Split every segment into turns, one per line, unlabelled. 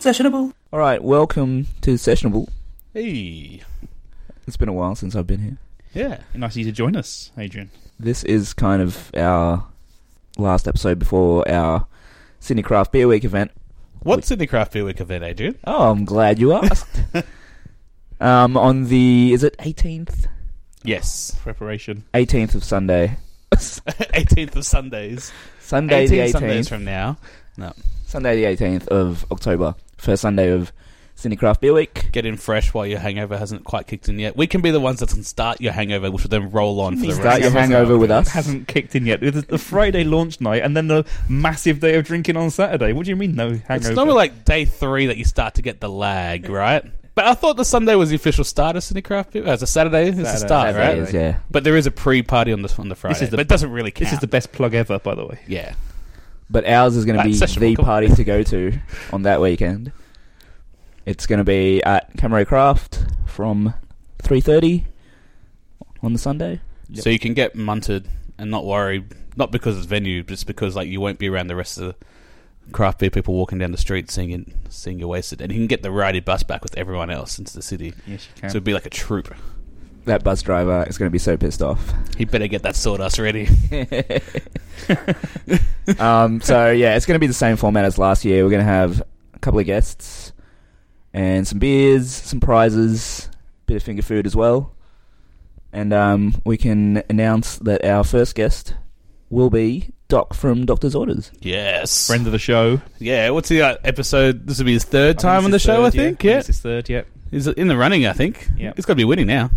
Sessionable.
All right, welcome to Sessionable.
Hey.
It's been a while since I've been here.
Yeah. Nice of you to join us, Adrian.
This is kind of our last episode before our Sydney Craft Beer Week event.
What's Sydney Craft Beer Week event, Adrian?
Oh, I'm glad you asked. um, on the is it 18th?
Yes. Preparation.
18th of Sunday.
18th of Sundays.
Sunday
18
the 18th.
Sundays from now. No.
Sunday the 18th of October. First Sunday of Sydney Craft Beer Week.
Get in fresh while your hangover hasn't quite kicked in yet. We can be the ones that can start your hangover, which will then roll on for the
Start
rest
your
of
hangover with us.
hasn't kicked in yet. It's the Friday launch night and then the massive day of drinking on Saturday. What do you mean no hangover?
It's normally like day three that you start to get the lag, right? But I thought the Sunday was the official start of Sydney Craft Beer. As a Saturday, it's the
Saturday.
start,
Saturday
Ah, right?
is, yeah.
But there is a pre-party on the on the Friday.
is the-
but it doesn't really count.
this is the best plug ever, by the way.
yeah.
But ours is going to
That's
be
sessionable,
the
come on.
party to go to on that weekend. It's going to be at Camero Craft from 3.30 on the Sunday. Yep.
So you can get munted and not worry, not because it's venue, just because like you won't be around the rest of the craft beer people walking down the street singing, seeing you're wasted, and you can get the righty bus back with everyone else into the city.
Yes, you
So it'd be like a troop.
That bus driver is going to be so pissed off.
He better get that sawdust ready.
um, so, yeah, it's going to be the same format as last year. We're going to have a couple of guests and some beers, some prizes, bit of finger food as well. And um, we can announce that our first guest will be Doc from Doctor's Orders.
Yes,
Friend of the show.
Yeah, what's the uh, episode? This will be his third
I think
time
it's
on the
his
show, I
third, yeah.
think. Yeah,
it's his third, yep.
he's in the running. I think.
Yeah.
it's got to be winning now.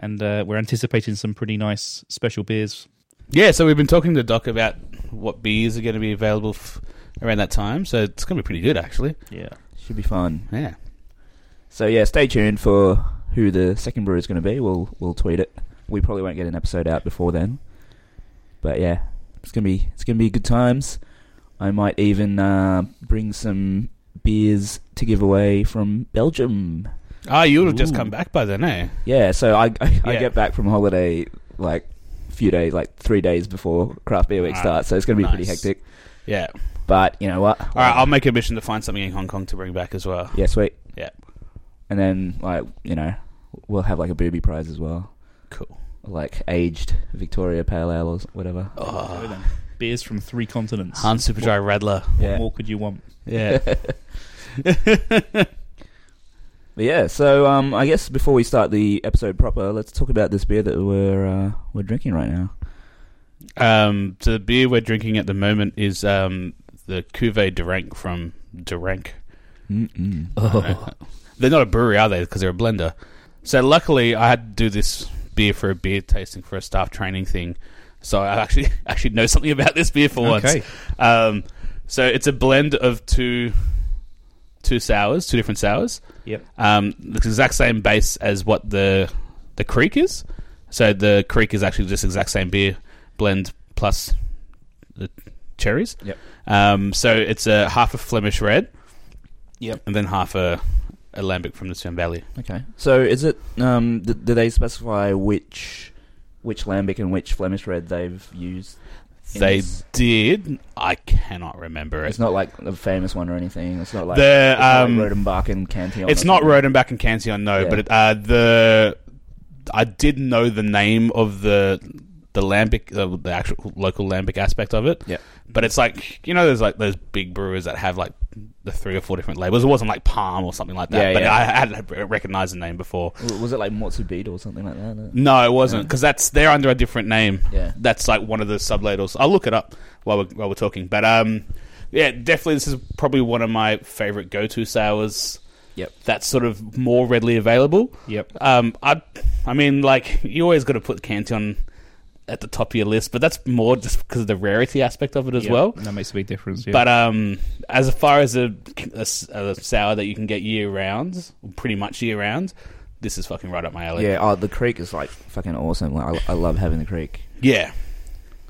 And uh, we're anticipating some pretty nice special beers.
Yeah, so we've been talking to Doc about what beers are going to be available f- around that time. So it's going to be pretty good, actually.
Yeah.
Should be fun.
Yeah.
So yeah, stay tuned for who the second brewer is going to be. We'll we'll tweet it. We probably won't get an episode out before then. But yeah, it's gonna be it's gonna be good times. I might even uh, bring some beers to give away from Belgium.
Ah, you would have just
Ooh.
come back by then, eh?
Yeah, so I I, I
Yeah.
get back from holiday like a few days, like three days before Craft Beer Week
Ah,
starts. So it's gonna be pretty
nice.
hectic.
Yeah.
But you know what?
All right, I'll make a mission to find something in Hong Kong to bring back as well.
yeah, sweet.
Yeah.
And then like you know, we'll have like a booby prize as well.
Cool.
like aged Victoria Pale Ale or s- whatever.
Go
Oh,
then. Beers from three continents.
Han Superdry Radler.
What
Yeah.
more could you want?
Yeah.
But yeah, so um, I guess before we start the episode proper, let's talk about this beer that we're uh, we're drinking right now.
um, so the beer we're drinking at the moment is um, the Cuvée Durank from Durank.
Mm-mm.
They're not a brewery, are they? Because they're a blender. So luckily, I had to do this beer for a beer tasting for a staff training thing. So I actually actually know something about this beer for
Okay.
once. Um, so it's a blend of two two sours, two different sours.
Yep.
um, the exact same base as what the the creek is. So the creek is actually just exact same beer blend plus the cherries.
Yep.
Um, so it's a half a Flemish red.
Yep.
And then half a, a lambic from the Swan Valley.
Okay. So is it? Um, d- do they specify which which lambic and which Flemish red they've used? in
They
this?
did. I cannot remember it.
It's not like a famous one or anything. It's not like
The,
it's not
um,
like Rodenbach and Cantillon.
It's
or
not
something.
Rodenbach and Cantillon, no.
Yeah.
But it, uh, the I did know the name of the the lambic, uh, the actual local lambic aspect of it.
Yep.
But it's like you know, there's like those big brewers that have like the three or four different labels. It wasn't like Palm or something like that.
Yeah,
but
yeah.
I hadn't recognized the name before.
W- Was it like Mozzabito or something like that? No.
No, it wasn't because that's they're under a different name.
Yeah.
that's like one of the sublabels. I'll look it up while we're, while we're talking. But um, yeah, definitely this is probably one of my favorite go to sours.
Yep.
that's sort of more readily available.
Yep.
Um, I, I mean, like you always got to put Canton at the top of your list, but that's more just because of the rarity aspect of it as
Yep.
well.
That makes a big difference. Yeah.
But um, as far as a, a s- a sour that you can get year round, pretty much year round, this is fucking right up my alley.
Yeah. Oh, the creek is like fucking awesome. Like I, I love having the creek.
yeah.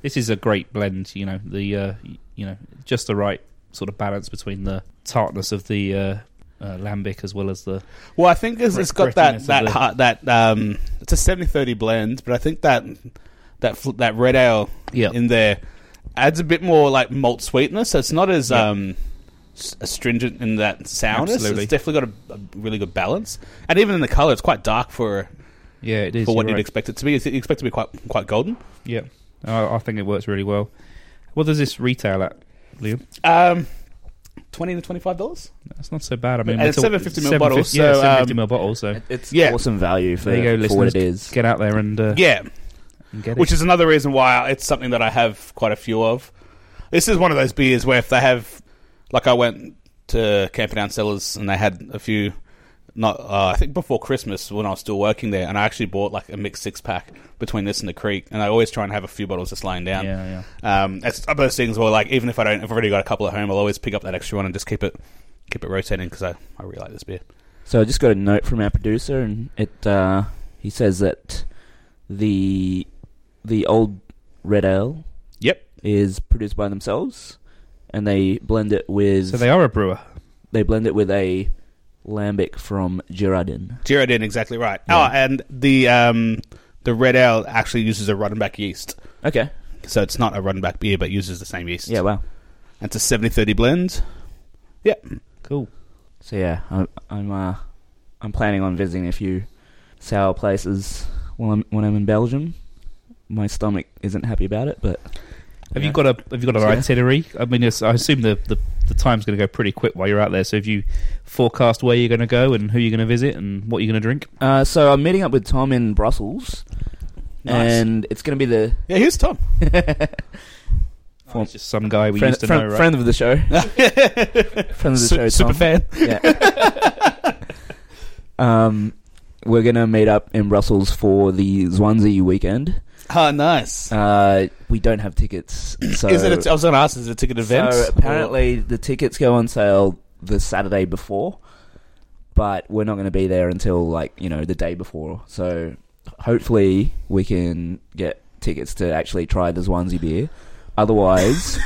this is a great blend. You know the uh, y- you know just the right sort of balance between the tartness of the uh, uh, lambic as well as the
Well, I think it's,
Grit-
it's got that
grittiness of
that
the-
heart, that um, it's a 70-30 blend, but I think that that fl- that red ale
yeah
in there adds a bit more like malt sweetness. So it's not as
Yeah.
um, s- astringent in that soundness.
Absolutely.
It's definitely got a, a really good balance, and even in the color, it's quite dark for
Yeah, it is.
for what
you're
you'd
right.
expect it to be. You expect it to be quite quite golden.
Yeah, I, I think it works really well. What does this retail at, Liam?
Um, twenty to twenty five dollars.
That's not so bad. I mean,
And
we're
it's
talk-
750 ml bottles,
Yeah,
so,
750
um,
ml bottles. So
It's
Yeah.
awesome value for,
There you go,
for what it
listeners.
is.
get out there and, uh,
Yeah,
and get
which
it.
is another reason why it's something that I have quite a few of. This is one of those beers where if they have, like I went to Camperdown Cellars and they had a few, not uh, I think before Christmas when I was still working there, and I actually bought like a mixed six pack between this and the Creek, and I always try and have a few bottles just lying
yeah,
down.
yeah.
Um, it's one of those things where like even if I don't, I've already got a couple at home, I'll always pick up that extra one and just keep it, keep it rotating because I I really like this beer.
So I just got a note from our producer, and it uh, he says that the the old red ale
Yep.
is produced by themselves, and they blend it with
So they are a brewer.
they blend it with a lambic from Girardin.
Girardin, exactly right.
Yeah.
Oh, and the um, the red ale actually uses a running back yeast.
Okay.
So it's not a running back beer, but uses the same yeast.
Yeah. Wow.
And It's a 70 30 blend.
Cool.
So yeah, I, I'm uh, I'm planning on visiting a few sour places when I'm when I'm in Belgium. My stomach isn't happy about it, but
Have
Yeah.
you got a Have you got an
Yeah.
itinerary? I mean, it's, I assume the, the, the time's going to go pretty quick while you're out there. So if you forecast where you're going to go and who you're going to visit and what you're going to drink,
Uh, so I'm meeting up with Tom in Brussels,
Nice.
and it's going to be the
yeah, here's Tom.
oh, it's just some guy we
friend,
used to
friend-
know, right?
friend of the show. friend of the
Su-
show,
super
Tom.
fan.
Yeah. um, we're going to meet up in Brussels for the Swansea weekend.
Oh, nice.
Uh, we don't have tickets, so
is it? A t- I was going to ask, is it a ticket event?
So apparently, the tickets go on sale the Saturday before, but we're not going to be there until like you know the day before. So hopefully, we can get tickets to actually try the Swansea beer. Otherwise,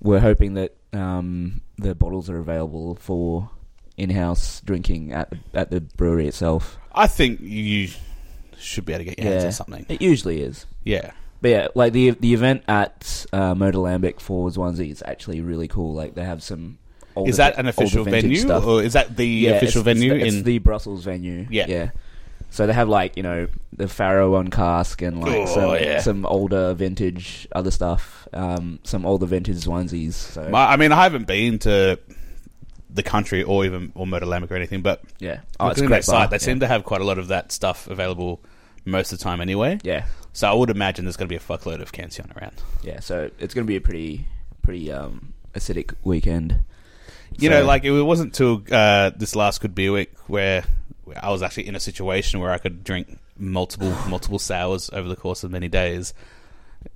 we're hoping that um, the bottles are available for in-house drinking at the, at the brewery itself.
I think you should be able to get your hands
Yeah.
on something.
It usually is.
Yeah.
But yeah, like the the event at uh, Motor Lambic for Swansea is actually really cool. Like they have some. Old
is that
event-
an
old
official
vintage
venue,
stuff.
or is that the official
it's- it's
venue
the- It's,
in?
the Brussels venue.
Yeah.
yeah. So they have like you know the Faro on cask and like
Oh,
some,
yeah.
some older vintage other stuff, um, some older vintage onesies. So
My- I mean, I haven't been to the country or even or Murder Lambic or anything, but
yeah,
oh,
a
looking at
great
that site,
bar,
they
yeah.
seem to have quite a lot of that stuff available most of the time anyway.
yeah,
So I would imagine there's going to be a fuckload of Cancion around.
yeah. So it's gonna be a pretty pretty um, acidic weekend.
You
So-
know, like it wasn't till uh, this last good beer week where where I was actually in a situation where I could drink multiple multiple sours over the course of many days,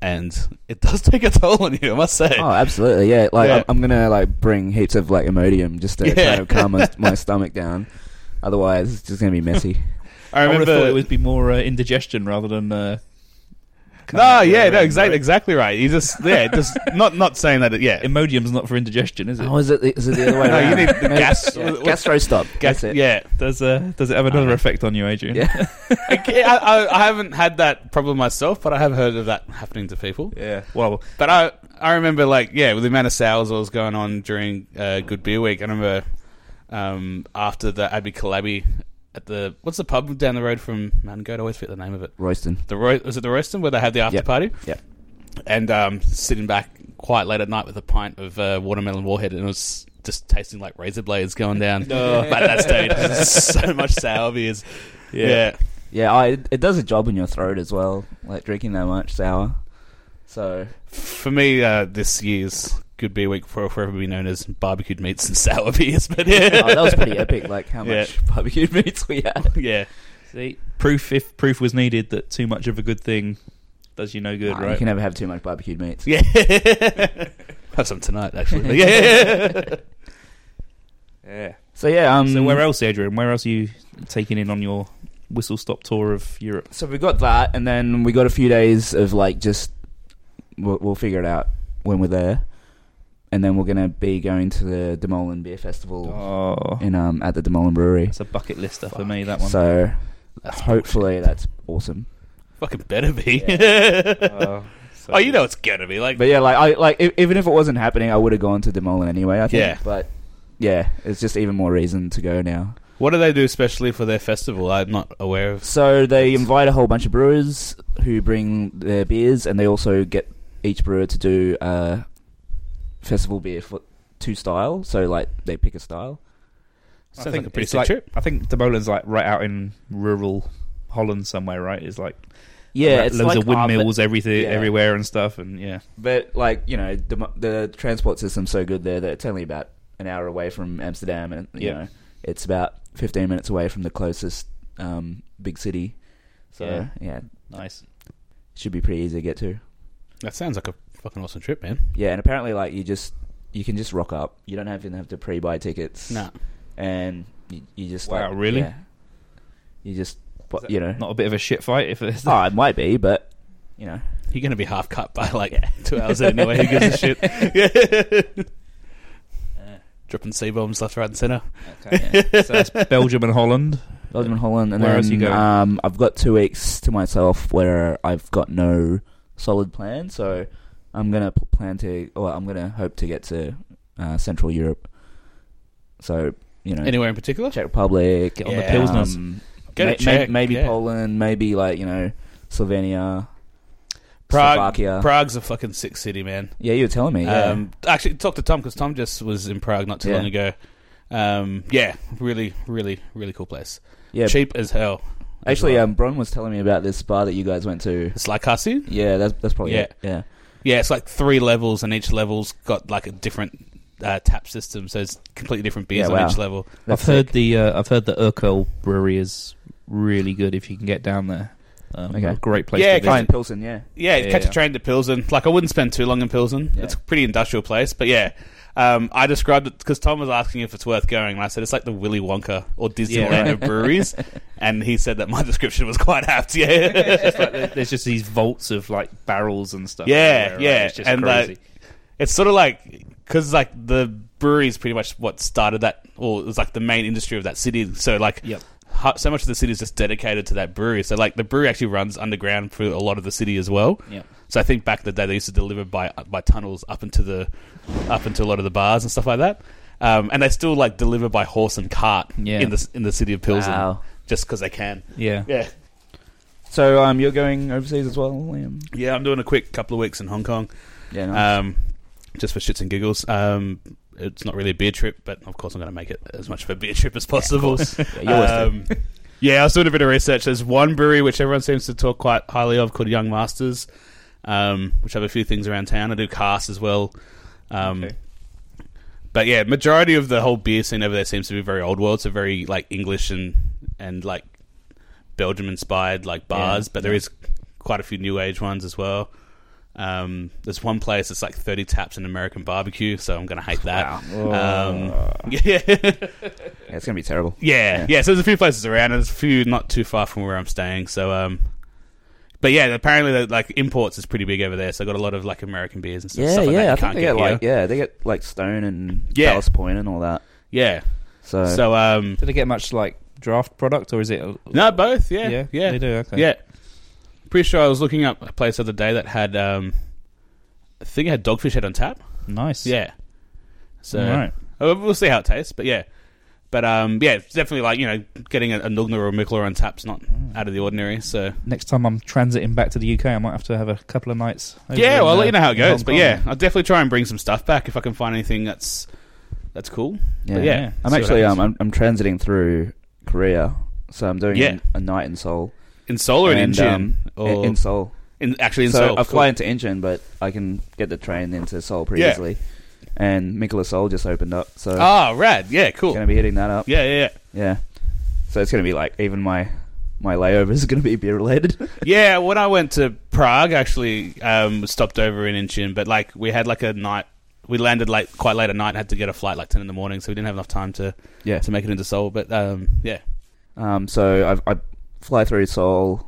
and it does take a toll on you, I must say.
Oh, absolutely, yeah. Like
Yeah.
I'm, I'm gonna like bring heaps of like Imodium just to
Yeah.
kind of calm my, my stomach down. Otherwise, it's just gonna be messy.
I
I, would have thought
remember.
it would be more uh, indigestion rather than. Uh, coming
no,
out the
yeah,
other
no,
end,
exactly,
right?
exactly right. You just, yeah, just not not saying that. It, yeah,
Imodium's not for indigestion, is it?
oh, is it? The, is it the other way
No, you
around?
need the
Maybe-
gas-
yeah, gastro stop. That's it.
yeah.
Does uh, Does it have another
Uh,
effect on you, Adrian?
Yeah.
Okay, I, I, I haven't had that problem myself, but I have heard of that happening to people.
Yeah. Well,
But I I remember like yeah, with the amount of sales I was going on during uh, Good Beer Week, I remember um, after the Abbey Calabi at the what's the pub down the road from Mountain Goat? I always forget the name of it.
Royston.
The Roy- was it the Royston where they had the after
Yep.
party?
Yep.
And um, sitting back quite late at night with a pint of uh, watermelon warhead, and it was just tasting like razor blades going down. But at that stage, so much sour beers. yeah.
Yeah, I, it it does a job in your throat as well, like drinking that much sour. So
For me, uh, this year's Good Beer Week will forever be known as barbecued meats and sour beers. But yeah,
oh, that was pretty epic. Like how
Yeah.
much barbecue meats we had.
yeah,
see, proof if proof was needed that too much of a good thing does you no good,
Nah, You
right?
can never have too much barbecue meats.
yeah. Have some tonight, actually. But yeah,
Yeah.
So yeah, um,
so where else, Adrian? Where else are you taking in on your whistle stop tour of Europe?
So we got that, and then we got a few days of like just we'll, we'll figure it out when we're there, and then we're gonna be going to the Demolin Beer Festival
Oh,
in um at the Demolin Brewery.
that's a bucket lister for me. That one.
So
That's
hopefully that's awesome.
fucking better be.
Oh, so-
oh, you know it's gonna be like.
e-, But yeah, like I like if, even if it wasn't happening, I would have gone to Demolin anyway. I think.
Yeah.
But yeah, it's just even more reason to go now.
What do they do especially for their festival? I'm not aware of.
So they invite a whole bunch of brewers who bring their beers, and they also get each brewer to do a festival beer for two style. So like they pick a style.
Sounds like a pretty
it's
sick
like,
trip.
I think Demolin's like right out in rural Holland somewhere, right? It's like
Yeah,
ra-
it's
loads
like
of windmills, everything,
yeah.
everywhere and stuff, and yeah,
But like you know, the, mo- the transport system's so good there that it's only about an hour away from Amsterdam, and you
Yeah.
know, it's about fifteen minutes away from the closest um, big city. So yeah.
Yeah.
yeah,
nice.
should be pretty easy to get to.
That sounds like a fucking awesome trip, man.
Yeah, and apparently, like you just you can just rock up. You don't even have to pre-buy tickets.
Nah.
and you, you just
Wow,
like,
really?
yeah. you just but,
that
you know,
Not a bit of a shit fight if it's
oh, it might be, but you know,
You're going to be half cut by like two hours in anyway. Who gives a shit? Yeah. Dropping C bombs left, right, and center.
okay, yeah. so that's Belgium and Holland.
Belgium and Holland, and
Where else
then
you going?
um, I've got two weeks to myself where I've got no solid plan, so I'm gonna p- plan to, or I'm gonna hope to get to uh, Central Europe. So you know,
Anywhere in particular?
Czech Republic,
On the
um,
Pilsners.
Go to
may- may-
Czech,
maybe
yeah.
Poland, maybe like you know, Slovenia,
Prague,
Slovakia.
Prague's a fucking sick city, man.
yeah, you were telling me. Yeah.
Um, actually, talk to Tom because Tom just was in Prague not too
Yeah.
long ago. Um, yeah, really, really, really cool place.
yeah,
Cheap as hell. as
Actually,
well.
um, Bron was telling me about this bar that you guys went to.
it's like Hasu.
Yeah, that's that's probably
Yeah.
it. Yeah,
Yeah, it's like three levels, and each level's got like a different uh, tap system, so it's completely different beers
Yeah,
on
wow.
each level.
That's
I've heard
sick.
the uh, I've heard the Urkel Brewery is really good if you can get down there. Um,
Okay.
a great place.
Yeah,
to
Fine,
kind
visit.
Pilsen. Yeah,
Yeah,
Yeah,
catch
yeah.
a train to Pilsen. Like I wouldn't spend too long in Pilsen.
Yeah.
It's a pretty industrial place, but yeah. Um, I described it because Tom was asking if it's worth going, and I said it's like the Willy Wonka or Disneyland
right.
of breweries, and he said that my description was quite apt. Yeah,
It's like there- there's just these vaults of like barrels and stuff.
Yeah,
everywhere, right?
yeah,
It's just
and, uh,
crazy.
like, it's sort of like because like the breweries pretty much what started that, or it was like the main industry of that city. So like,
Yep.
ho- so much of the city is just dedicated to that brewery. So like the brewery actually runs underground through a lot of the city as well.
Yep.
So I think back in the day they used to deliver by by tunnels up into the up into a lot of the bars and stuff like that. Um, and they still like deliver by horse and cart
Yeah.
in the in the city of Pilsen
Wow.
just because they can.
yeah,
Yeah,
So um, you're going overseas as well, Liam?
yeah. I'm doing a quick couple of weeks in Hong Kong.
Yeah, nice.
um, just for shits and giggles. Um, it's not really a beer trip, but of course I'm going to make it as much of a beer trip as possible.
Yeah, you always do.
um, yeah, I was doing a bit of research. There's one brewery which everyone seems to talk quite highly of called Young Masters, um, which have a few things around town. I do casts as well. Um,
Okay.
But yeah, majority of the whole beer scene over there seems to be very old world, so very like English and and like Belgium inspired like bars.
Yeah.
but there is quite a few new age ones as well. Um, there's one place that's like 30 taps and American barbecue, so I'm gonna hate that.
Uh.
Um, yeah.
yeah, it's gonna be terrible.
Yeah,
Yeah.
yeah, So there's a few places around, and there's a few not too far from where I'm staying. So, um, but yeah, apparently the, like imports is pretty big over there. So I got a lot of like American beers and stuff,
Yeah,
stuff like
yeah. I
that you
think
can't
they
get
get like
here.
yeah, they get like Stone and
Yeah.
Ballast Point and all that.
Yeah.
So,
So, um,
Do they get much like draft product or is it?
no, both. Yeah, yeah,
yeah,
yeah.
they do. Okay,
Pretty sure I was looking up a place the other day that had, um, I think it had Dogfish Head on tap.
nice.
Yeah. So
All right.
Uh, We'll see how it tastes, but yeah. But um, yeah, it's definitely like, you know, getting a, a Nugna or a Mikla on tap's not out of the ordinary. So
Next time I'm transiting back to the UK, I might have to have a couple of nights. over
yeah,
in,
well, I'll
uh,
let you know how it
in Hong
goes. But
Kong.
yeah, I'll definitely try and bring some stuff back if I can find anything that's that's cool.
yeah.
But yeah,
Yeah.
I'm
see what
actually um,
happens.
I'm, I'm transiting through Korea, so I'm doing
Yeah.
a, a night in Seoul
in Seoul or in
and,
Incheon
um,
or
in
in,
Seoul.
actually in
so
Seoul.
I
cool.
fly into Incheon, but I can get the train into Seoul pretty
Yeah.
easily. And Mikola Seoul just opened up, so
Ah, rad. Yeah, cool.
gonna be hitting that up.
Yeah, yeah,
Yeah. So it's gonna be like even my my layovers are gonna be beer related.
yeah. yeah. When I went to Prague, actually, um, stopped over in Incheon, but like we had like a night. We landed late, quite late at night, and had to get a flight like ten in the morning, so we didn't have enough time to
yeah.
to make it into Seoul. But um, yeah,
Um, so I, I fly through Seoul.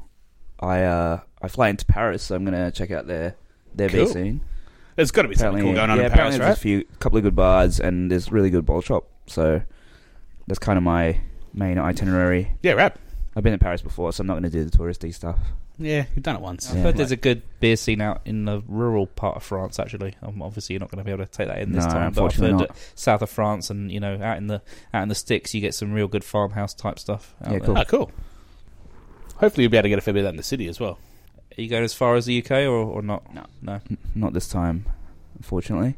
I uh, I fly into Paris. So I'm gonna check out their their beer
Cool.
scene.
there's got to be something cool going on
yeah,
in
apparently
Paris,
there's
right?
a few couple of good bars and there's really good bowl shop. So that's kind of my main itinerary.
yeah, rad.
I've I've been in Paris before, so I'm not going to do the touristy stuff.
Yeah, you've done it once.
I've
Yeah.
heard there's a good beer scene out in the rural part of France. Actually, um, obviously you're not going to be able to take that in this
No,
time. But I've
unfortunately
heard
not.
that south of France and you know out in the out in the sticks, you get some real good farmhouse type stuff. Out
Yeah,
there.
cool.
Oh, cool. Hopefully, you'll be able to get a fair bit of that in the city as well.
Are you going as far as the UK or, or not?
No.
no.
N- Not this time, unfortunately.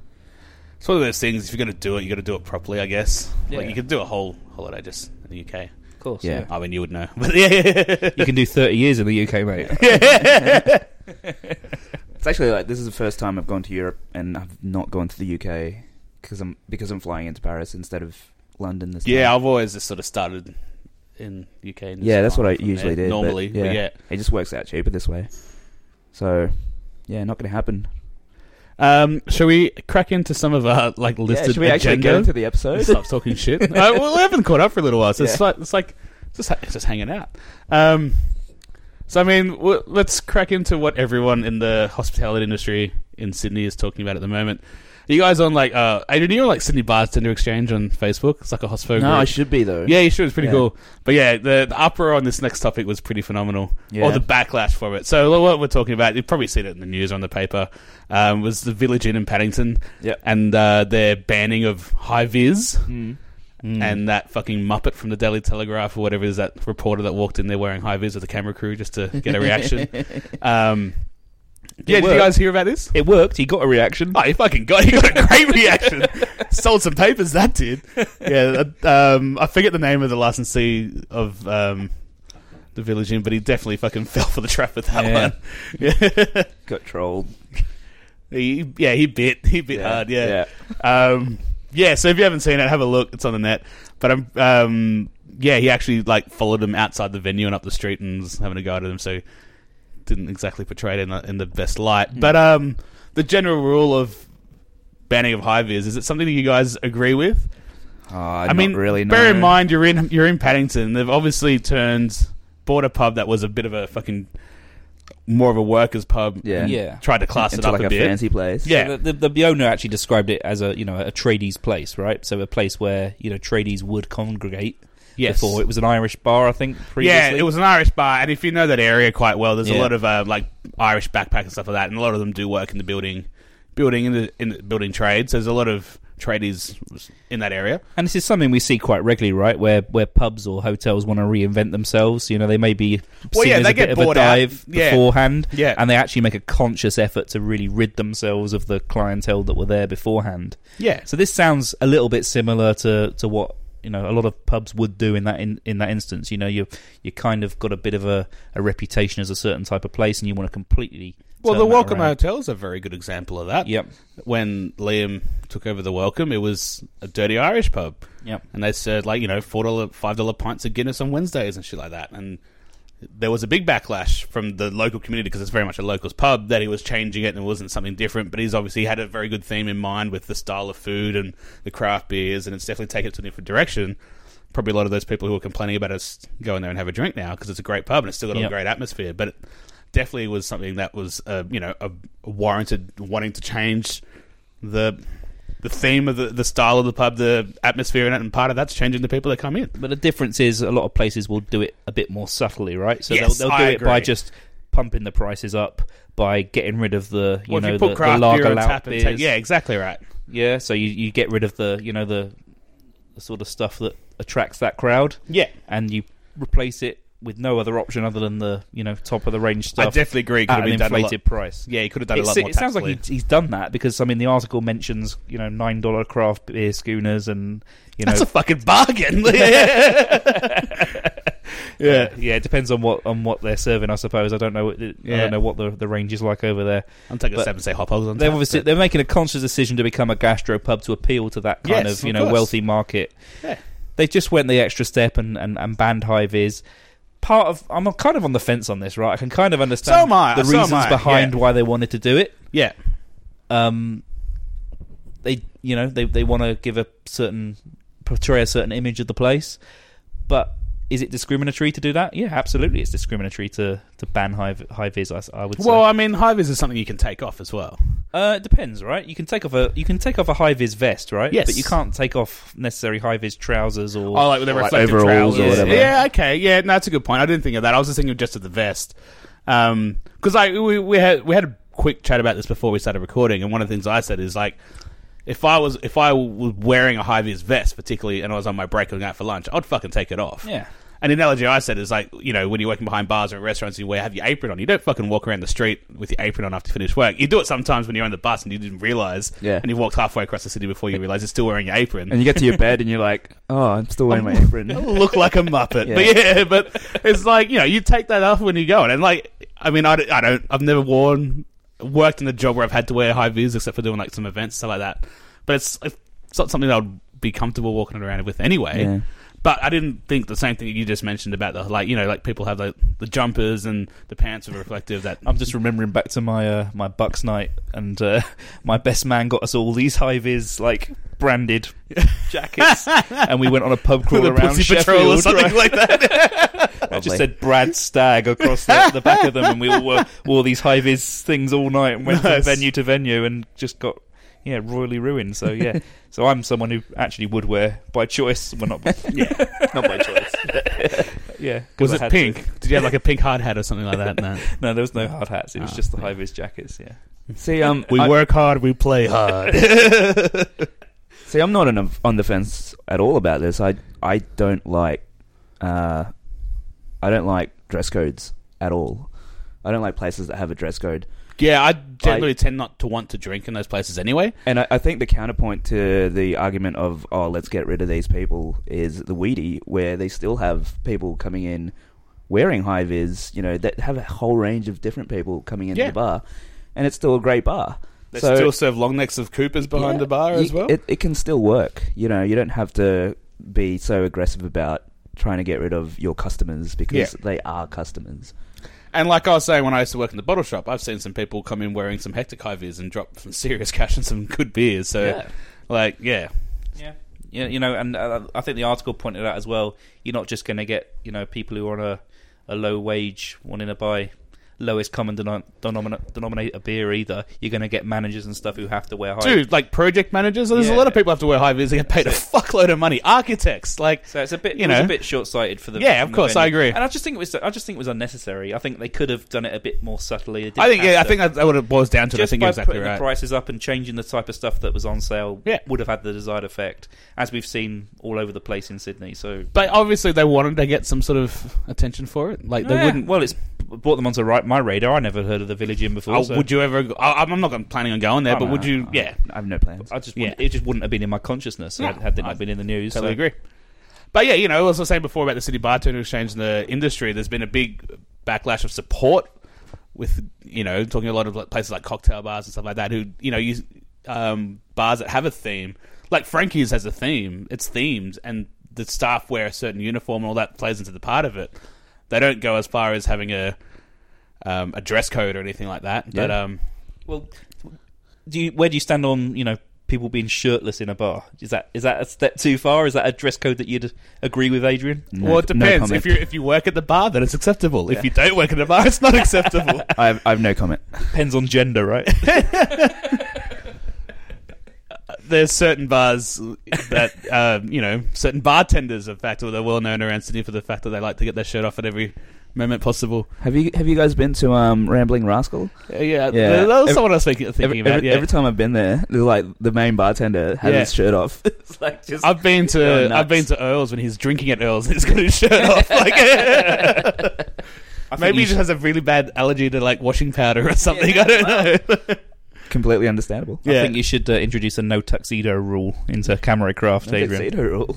It's one of those things. If you're going to do it, you got to do it properly, I guess.
Yeah.
Like you could do a whole holiday just in the UK.
Of course,
Yeah.
I mean, you would know, but yeah,
you can do 30 years in the UK, mate.
It's actually like this is the first time I've gone to Europe and I've not gone to the UK because I'm because I'm flying into Paris instead of London this
yeah.
time.
I've always just sort of started in UK. And just
Yeah, that's what I
gone from
usually
there
did, but
Normally, but
yeah.
yeah.
it just works out cheaper this way. So, yeah, not going to happen.
Um, shall we crack into some of our like listed
yeah, should we actually
agenda?
get into the episode?
Stop talking shit. uh, well, we haven't caught up for a little while, so it's,
Yeah.
like, it's like it's just it's just hanging out. Um, so I mean, w- let's crack into what everyone in the hospitality industry in Sydney is talking about at the moment. Are you guys on like uh, Adrian? You're on, like Sydney Bartender Exchange on Facebook. It's like a hospo group.
no, I should be though.
yeah, you should. It's pretty
Yeah.
cool. But yeah, the, the uproar on this next topic was pretty phenomenal
yeah.
or the backlash from it. So what we're talking about, you've probably seen it in the news or on the paper, um, was the Village Inn in Paddington
Yep.
and uh, their banning of high vis
Mm.
Hmm.
and that fucking Muppet from the Daily Telegraph or whatever is that reporter that walked in there wearing high vis with the camera crew just to get a reaction. um, yeah, did you
worked.
guys hear about this?
It worked. He got a reaction.
Oh, he fucking got he got a great reaction. Sold some papers, that did. Yeah, uh, um, I forget the name of the licensee of um, the Village Inn, but he definitely fucking fell for the trap with that
Yeah.
one. Yeah.
Got trolled.
he, yeah, he bit. He bit hard, yeah. Yeah. Um, yeah, so if you haven't seen it, have a look. It's on the net. But um, um, yeah, he actually like followed him outside the venue and up the street and was having a go at him, so didn't exactly portray it in the, in the best light.
Hmm.
But um, the general rule of banning of high vis is it something that you guys agree with?
Oh, I,
I mean,
really
bear in
know.
mind you're in you're in Paddington. They've obviously turned bought a pub that was a bit of a fucking more of a workers pub.
Yeah.
and
Yeah.
tried to class
into
it up
like
a,
a,
bit.
fancy place.
Yeah.
So the, the, the owner actually described it as a you know a tradies place, right? So a place where you know tradies would congregate.
yes.
Before it was an Irish bar, I think. Previously.
Yeah, it was an Irish bar, and if you know that area quite well, there's a
Yeah.
lot of uh, like Irish backpack and stuff like that, and a lot of them do work in the building, building in the in the building trades. there's a lot of tradies in that area.
And this is something we see quite regularly, right? Where where pubs or hotels want to reinvent themselves. You know, they may be
Well,
seen
yeah,
as
they
a
get
bit of a
bought out.
dive
Yeah.
beforehand,
Yeah,
and they actually make a conscious effort to really rid themselves of the clientele that were there beforehand.
yeah,
So this sounds a little bit similar to, to what you know a lot of pubs would do in that in, in that instance. You know, you you kind of got a bit of a, a reputation as a certain type of place, and you want to completely
Well,
turn
the
that
Welcome
around.
Hotel's a very good example of that.
Yep,
When Liam took over the Welcome, it was a dirty Irish pub,
yep.
and they served like you know four dollar, five dollar pints of Guinness on Wednesdays and shit like that. And there was a big backlash from the local community because it's very much a locals pub that he was changing it and it wasn't something different. But he's obviously had a very good theme in mind with the style of food and the craft beers, and it's definitely taken it to a different direction. Probably a lot of those people who were complaining about us go in there and have a drink now because it's a great pub and it's still got
Yep.
a great atmosphere. But it definitely was something that was uh, you know a warranted wanting to change the the theme of the, the style of the pub, the atmosphere in it, and part of that's changing the people that come in.
But the difference is a lot of places will do it a bit more subtly, right? So
Yes,
they'll, they'll do
I
it by
agree.
just pumping the prices up by getting rid of the you
Well,
know
if you
the,
put craft
the lager
beer on
lout
tap and
beers.
take, yeah, exactly right.
yeah. So you, you get rid of the you know the, the sort of stuff that attracts that crowd,
Yeah,
and you replace it with no other option other than the you know top of the range
I
stuff
definitely agree. It could
at
have
an
been done a lot.
inflated price.
Yeah, he could have done a
It
lot
se-
more.
it sounds like
tactfully.
he's, he's done that because I mean the article mentions you know nine dollar craft beer schooners and you know
that's a fucking bargain. yeah,
yeah, uh, yeah. It depends on what on what they're serving, I suppose. I don't know. what the- I
Yeah.
don't know what the, the range is like over there.
I'm taking
But
a seven say hop hogs on.
They're
tap,
obviously
but-
they're making a conscious decision to become a gastro pub to appeal to that kind
Yes,
of you
of
know
course.
wealthy market.
Yeah.
They just went the extra step and and, and banned high vis. Part of I'm kind of on the fence on this, right? I can kind of
so
understand
am I.
the
so am
reasons
I,
behind why they wanted to do it.
Yeah,
Um, they you know they they want to give a certain portray a certain image of the place, but is it discriminatory to do that? Yeah, absolutely, it's discriminatory to to ban high high vis. I, s- I would
yeah. Well,
say.
I mean, high vis is something you can take off as well.
Uh, it depends, right? You can take off a you can take off a high vis vest, right?
Yes.
but you can't take off necessary high vis trousers or.
Oh, like with the
Like
reflective
overalls
trousers.
or whatever.
Yeah, okay. Yeah, no, that's a good point. I didn't think of that. I was just thinking just of the vest. Because like we, we had we had a quick chat about this before we started recording, and one of the things I said is like, if I was if I was wearing a high vis vest, particularly, and I was on my break going out for lunch, I'd fucking take it off.
yeah,
An analogy I said is like, you know, when you're working behind bars or at restaurants, you wear have your apron on. You don't fucking walk around the street with your apron on after you finish work. You do it sometimes when you're on the bus and you didn't realize,
Yeah.
and you've walked halfway across the city before you realize you're still wearing your apron
And you get to your bed and you're like, oh, I'm still wearing my apron.
look like a muppet.
Yeah.
But yeah, but it's like you know you take that off when you go, and like I mean I, don't- I don't I've never worn worked in a job where I've had to wear high vis except for doing like some events stuff like that. But it's it's not something that I'd be comfortable walking around with anyway.
Yeah.
But I didn't think the same thing that you just mentioned about the like you know like people have the the jumpers and the pants are reflective that
I'm just remembering back to my uh, my Bucks night, and uh, my best man got us all these high vis like branded jackets, and we went on a pub crawl
the
around
Pussy
Sheffield.
Patrol or something
right?
like that.
I just
Lovely.
said Brad Stag across the, the back of them, and we all wore, wore these high vis things all night and went
Nice.
from venue to venue and just got yeah royally ruined. So yeah, so I'm someone who actually would wear by choice. Well, not by,
Not by choice.
yeah.
Was
'cause I
it
had
pink? Did you have like a pink hard hat or something like that? No.
to. No, there was no hard hats. It was
Ah,
just the high vis jackets. Yeah.
See, um, I-
work hard, we play hard.
See, I'm not on, on the fence at all about this. I I don't like uh, I don't like dress codes at all. I don't like places that have a dress code.
Yeah, I generally tend not to want to drink in those places anyway.
And I, I think the counterpoint to the argument of oh let's get rid of these people is the weedy, where they still have people coming in wearing high vis. You know that have a whole range of different people coming into
Yeah.
the bar, and it's still a great bar.
They
So-
still serve long necks of Coopers behind
Yeah,
the bar
you-
as well.
It, it can still work. You know, you don't have to be so aggressive about trying to get rid of your customers because
Yeah.
they are customers.
and like I was saying when I used to work in the bottle shop, I've seen some people come in wearing some hectic high vis and drop some serious cash and some good beers. So,
Yeah.
like, yeah.
Yeah. Yeah, you know, and uh, I think the article pointed out as well. You're not just going to get you know people who are on a, a low wage wanting to buy lowest common denom- denomina- denominator beer either. You're going to get managers and stuff who have to wear high.
Dude, like project managers, there's a
Yeah.
lot of people have to wear high vis and get paid a fuckload of money. Architects, like,
So it's a bit,
You
you know,
know.
a bit short-sighted for the.
Yeah, of
from the
course, I
venue.
agree.
And I just think it was, I just think it was unnecessary. I think they could have done it a bit more subtly. They didn't
I think,
have
yeah, I
to.
think that, that what it boils down to. I
just
think
by
you're exactly
putting
right.
the prices up and changing the type of stuff that was on sale,
Yeah.
would have had the desired effect, as we've seen all over the place in Sydney. So
But obviously, they wanted to get some sort of attention for it. Like, they
Yeah,
wouldn't.
Well, it's brought them onto right, my radar. I never heard of the Village Inn before.
Oh,
so
would you ever? go- I, I'm not gonna- planning on going there,
I
but
don't
would
know.
you?
I-
Yeah,
Um, I have no plans.
I just
Yeah.
wouldn't, it just wouldn't have been in my consciousness
No,
had, had they not
I
been in the news.
Totally
so-
agree. But yeah, you know, as I was saying before about the City Bartender Exchange and the industry, there's been a big backlash of support with, you know, talking a lot of like, places like cocktail bars and stuff like that, who, you know, use um, bars that have a theme. Like Frankie's has a theme, it's themed, and the staff wear a certain uniform and all that plays into the part of it. They don't go as far as having a. Um, a dress code or anything like that, but
Yeah.
um,
Well, do you, where do you stand on you know people being shirtless in a bar? Is that is that a step too far? Is that a dress code that you'd agree with, Adrian?
No-
well, it
no
depends.
comment.
if you if you work at the bar, then it's acceptable.
Yeah.
If you don't work at the bar, it's not acceptable.
I have, I have no comment.
Depends on gender, right?
there's certain bars that um, you know certain bartenders in fact or they're well known around Sydney for the fact that they like to get their shirt off at every moment possible
Have you have you guys been to um, Rambling Rascal?
Uh, yeah,
Yeah.
that was
Every-
someone I was thinking, thinking
Every,
about
every,
yeah.
every time I've been there, they're like the main bartender has
Yeah.
his shirt off. it's like just
I've been
Going
to
nuts.
I've been to Earl's when he's drinking at Earl's and he's got his shirt off like
I think
maybe
you
he just has a really bad allergy to like washing powder or something I don't know
completely understandable.
should- I
yeah.
think you should uh, introduce a no tuxedo rule into camera craft,
No
Adrian.
tuxedo rule.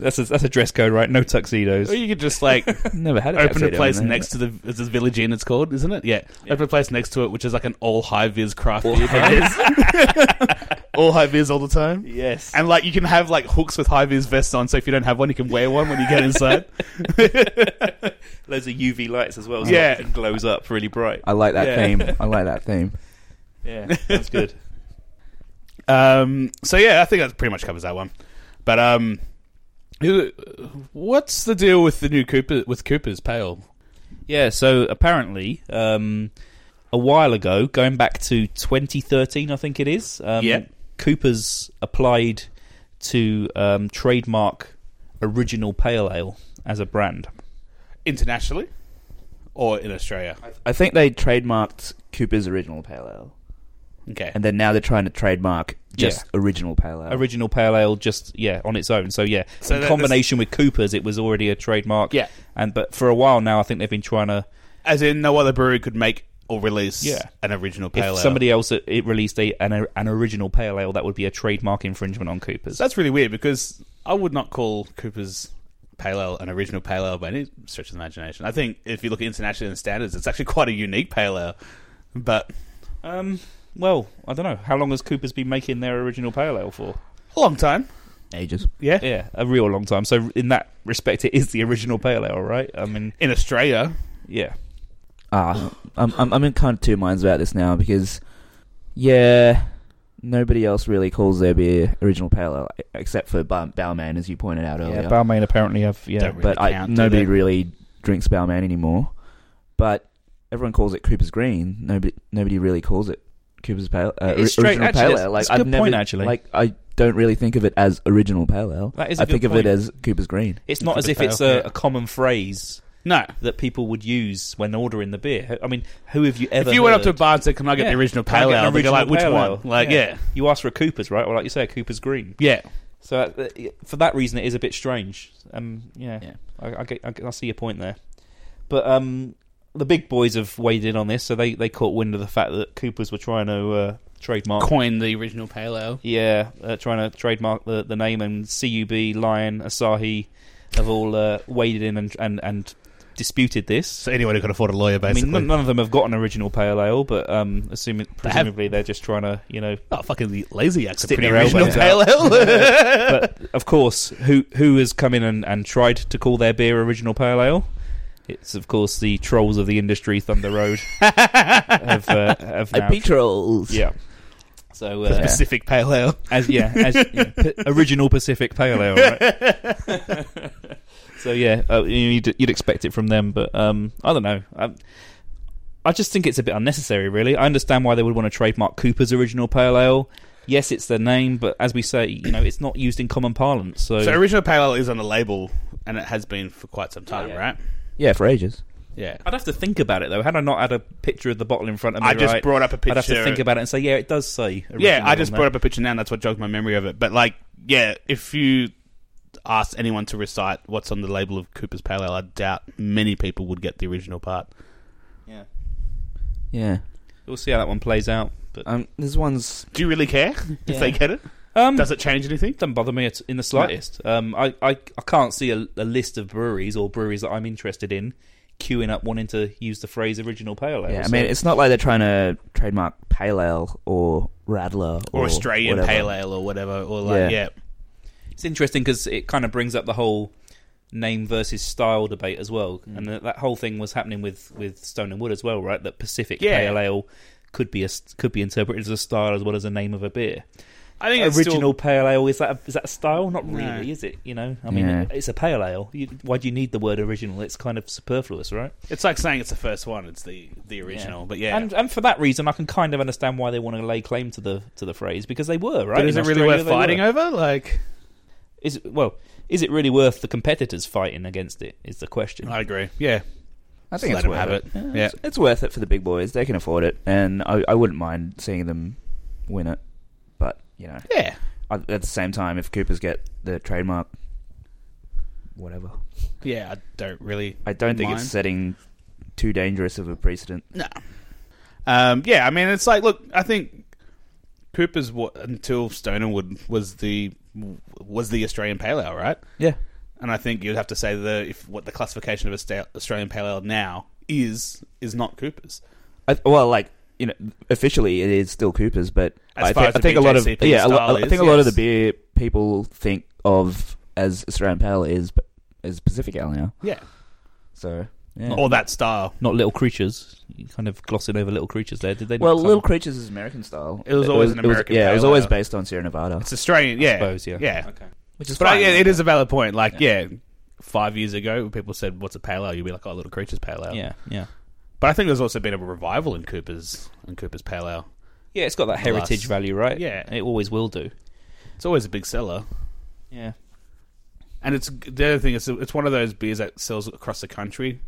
That's a, that's a dress code, right? No tuxedos.
or you could just like
Never had a
open a
tuxedo
place
in there.
next to the it's this village inn it's called isn't it yeah,
Yeah.
open a place next to it which is like an all high vis craft
All
beer
high
place. all high vis all the time
Yes.
And like you can have like hooks with high vis vests on, so if you don't have one, you can wear one when you get inside.
Loads of UV lights as well.
so Yeah. it
glows up really bright.
I like that
Yeah.
theme. I like that theme.
Yeah, that's good.
um, so yeah, I think that pretty much covers that one. But um, who- what's the deal with the new Cooper with Cooper's Pale?
yeah, so apparently, um, a while ago, going back to 2013, I think it is. Um,
Yeah.
Cooper's applied to um, trademark original pale ale as a brand.
internationally or in Australia.
I think they trademarked Cooper's original pale ale,
Okay.
and then now they're trying to trademark just original pale ale.
Original pale ale, just yeah, on its own. So yeah,
So
in
that-
combination with Cooper's, it was already a trademark.
Yeah.
and but for a while now, I think they've been trying to.
As in, no other brewery could make or release
Yeah.
an original
If
pale ale.
somebody else it it released a an, an original pale ale, that would be a trademark infringement on Cooper's.
So that's really weird because I would not call Cooper's pale ale an original pale ale by any stretch of the imagination. I think if you look at international standards, it's actually quite a unique pale ale. But
Um, well, I don't know. How long has Cooper's been making their original pale ale for?
a long time.
Ages.
Yeah.
Yeah, a real long time. So in that respect, it is the original pale ale, right? I mean,
In Australia,
yeah,
Ah, I'm, I'm I'm in kind of two minds about this now because, yeah, nobody else really calls their beer original pale ale e, except for Bow- Bowman, as you pointed out earlier.
Balmain apparently have yeah.
Don't really
but I,
count, do
nobody
they?
really drinks Bowman anymore. But everyone calls it Cooper's Green. Nobody nobody really calls it Cooper's Pale uh,
It's
ori-
straight-
original
actually,
pale
that's-
ale. Like
that's a
I've
good
never
point, actually.
like I don't really think of it as original pale ale.
That is a
I
good
think of
point.
it as Cooper's Green.
It's not as if
Cooper's
it's
pale,
a,
yeah.
a common phrase
no.
that people would use when ordering the beer. I mean, who have you ever?
If you went up to a
heard-
bar and said, "Can I get
Yeah,
the original
can I
pale
get
ale?"
an
They'd be
original
like, "Which
pale
one?"
ale?"
Like, yeah,
you ask for a Cooper's, right? Or like you say, a Cooper's Green.
yeah.
So uh, for that reason, it is a bit strange. Um, yeah,
Yeah.
I, I, get, I, get- I see your point there. But um, the big boys have weighed in on this, so they, they caught wind of the fact that Coopers were trying to uh, trademark.
Coin the original pale ale.
yeah, uh, trying to trademark the, the name, and CUB, Lion, Asahi have all uh, waded in and, and, and disputed this.
So anyone who could afford a lawyer,
I
basically.
mean, none, none of them have got an original pale ale, but um, assuming
have-
presumably they're just trying to, you know,
oh, fucking the lazy acts. are
Stick
Pretty
their
original
elbows
pale
out.
ale.
but of course, who who has come in and, and tried to call their beer original pale ale? It's of course the trolls of the industry, Thunder Road, have uh, have now,
IP trolls.
yeah. So
The
uh,
Pacific pale ale.
as yeah, as yeah, p- original Pacific pale ale. Right? so yeah, uh, you'd, you'd expect it from them, but um, I don't know. I, I just think it's a bit unnecessary, really. I understand why they would want to trademark Cooper's original pale ale. Yes, it's their name, but as we say, you know, it's not used in common parlance.
So original pale ale is on the label, and it has been for quite some time,
Yeah.
right?
Yeah, for ages.
Yeah.
I'd have to think about it though. Had I not had a picture of the bottle in front of me,
I just
right,
brought up a picture.
I'd have to think about it and say, yeah, it does say.
yeah, I just brought up a picture now, and that's what jogs my memory of it. But like, yeah, if you asked anyone to recite what's on the label of Cooper's Pale Ale, I doubt many people would get the original part.
Yeah,
Yeah.
we'll see how that one plays out. But
Uh,
Um, this one's
Do you really care
Yeah.
if they get it?
um,
Does it change anything?
doesn't bother me at- in the slightest. Um, I, I I can't see a, a list of breweries or breweries that I'm interested in queuing up wanting to use the phrase original pale ale.
Yeah, I
so-
mean, it's not like they're trying to trademark pale ale or radler
Or, Australian
whatever.
Pale Ale or whatever, or like,
Yeah.
yeah.
it's interesting because it kind of brings up the whole name versus style debate as well,
Mm.
and that, that whole thing was happening with with Stone and Wood as well, right? That Pacific
Yeah.
Pale Ale could be a, could be interpreted as a style as well as a name of a beer.
I think it's
Original
still-
Pale Ale is that a, is that a style? Not
No.
really, is it? You know, I mean,
Yeah.
it- it's a pale ale. You, why do you need the word original? It's kind of superfluous, right?
it's like saying it's the first one. It's the the original, but yeah.
And and for that reason, I can kind of understand why they want to lay claim to the to the phrase because they were right.
but is
In
it really
Australia,
worth
they were.
fighting over? Like,
Is it- well, is it really worth the competitors fighting against it? Is the question.
I agree. Yeah,
I
Just
think
let
it's
'em
worth
have
it.
it.
Yeah,
Yeah.
It's, it's worth it for the big boys. They can afford it, and I, I wouldn't mind seeing them win it. But you know,
yeah.
I- at the same time, if Coopers get the trademark, whatever,
Yeah, I don't really.
I don't think
Mine?
it's setting too dangerous of a precedent.
No. Um, yeah, I mean, it's like, look, I think Cooper's wa- until Stonerwood was the was the Australian pale ale, right?
Yeah,
And I think you'd have to say the if what the classification of a sta- Australian pale ale now is is not Cooper's.
I, well, like you know, officially it is still Coopers, but
As
I,
far
thi-
as
I
the
think a lot of
BJCP
yeah, a lo-
style
I think
is,
a lot of the
yes.
beer people think of as Australian Pale is is Pacific Ale now.
Yeah,
So yeah.
or that style.
Not little creatures. You kind of glossing over little creatures there. Did they? not
well,
come-
Little Creatures is American style.
It was always an American
It was, yeah, it was
pale
always
ale.
based on Sierra Nevada.
It's Australian. Yeah,
suppose, yeah.
yeah.
Okay.
Which is
But I,
fine.
yeah, it is a valid point. Like, yeah. Five years ago, when people said, "What's a pale ale?" You'd be like, "Oh, little creatures pale ale."
Yeah, yeah.
But I think there's also been a revival in Cooper's in Cooper's Pale Ale.
Yeah, it's got that
Plus.
heritage value, right?
Yeah.
And it always will do.
It's always a big seller.
Yeah,
And it's the other thing is it's one of those beers that sells across the country.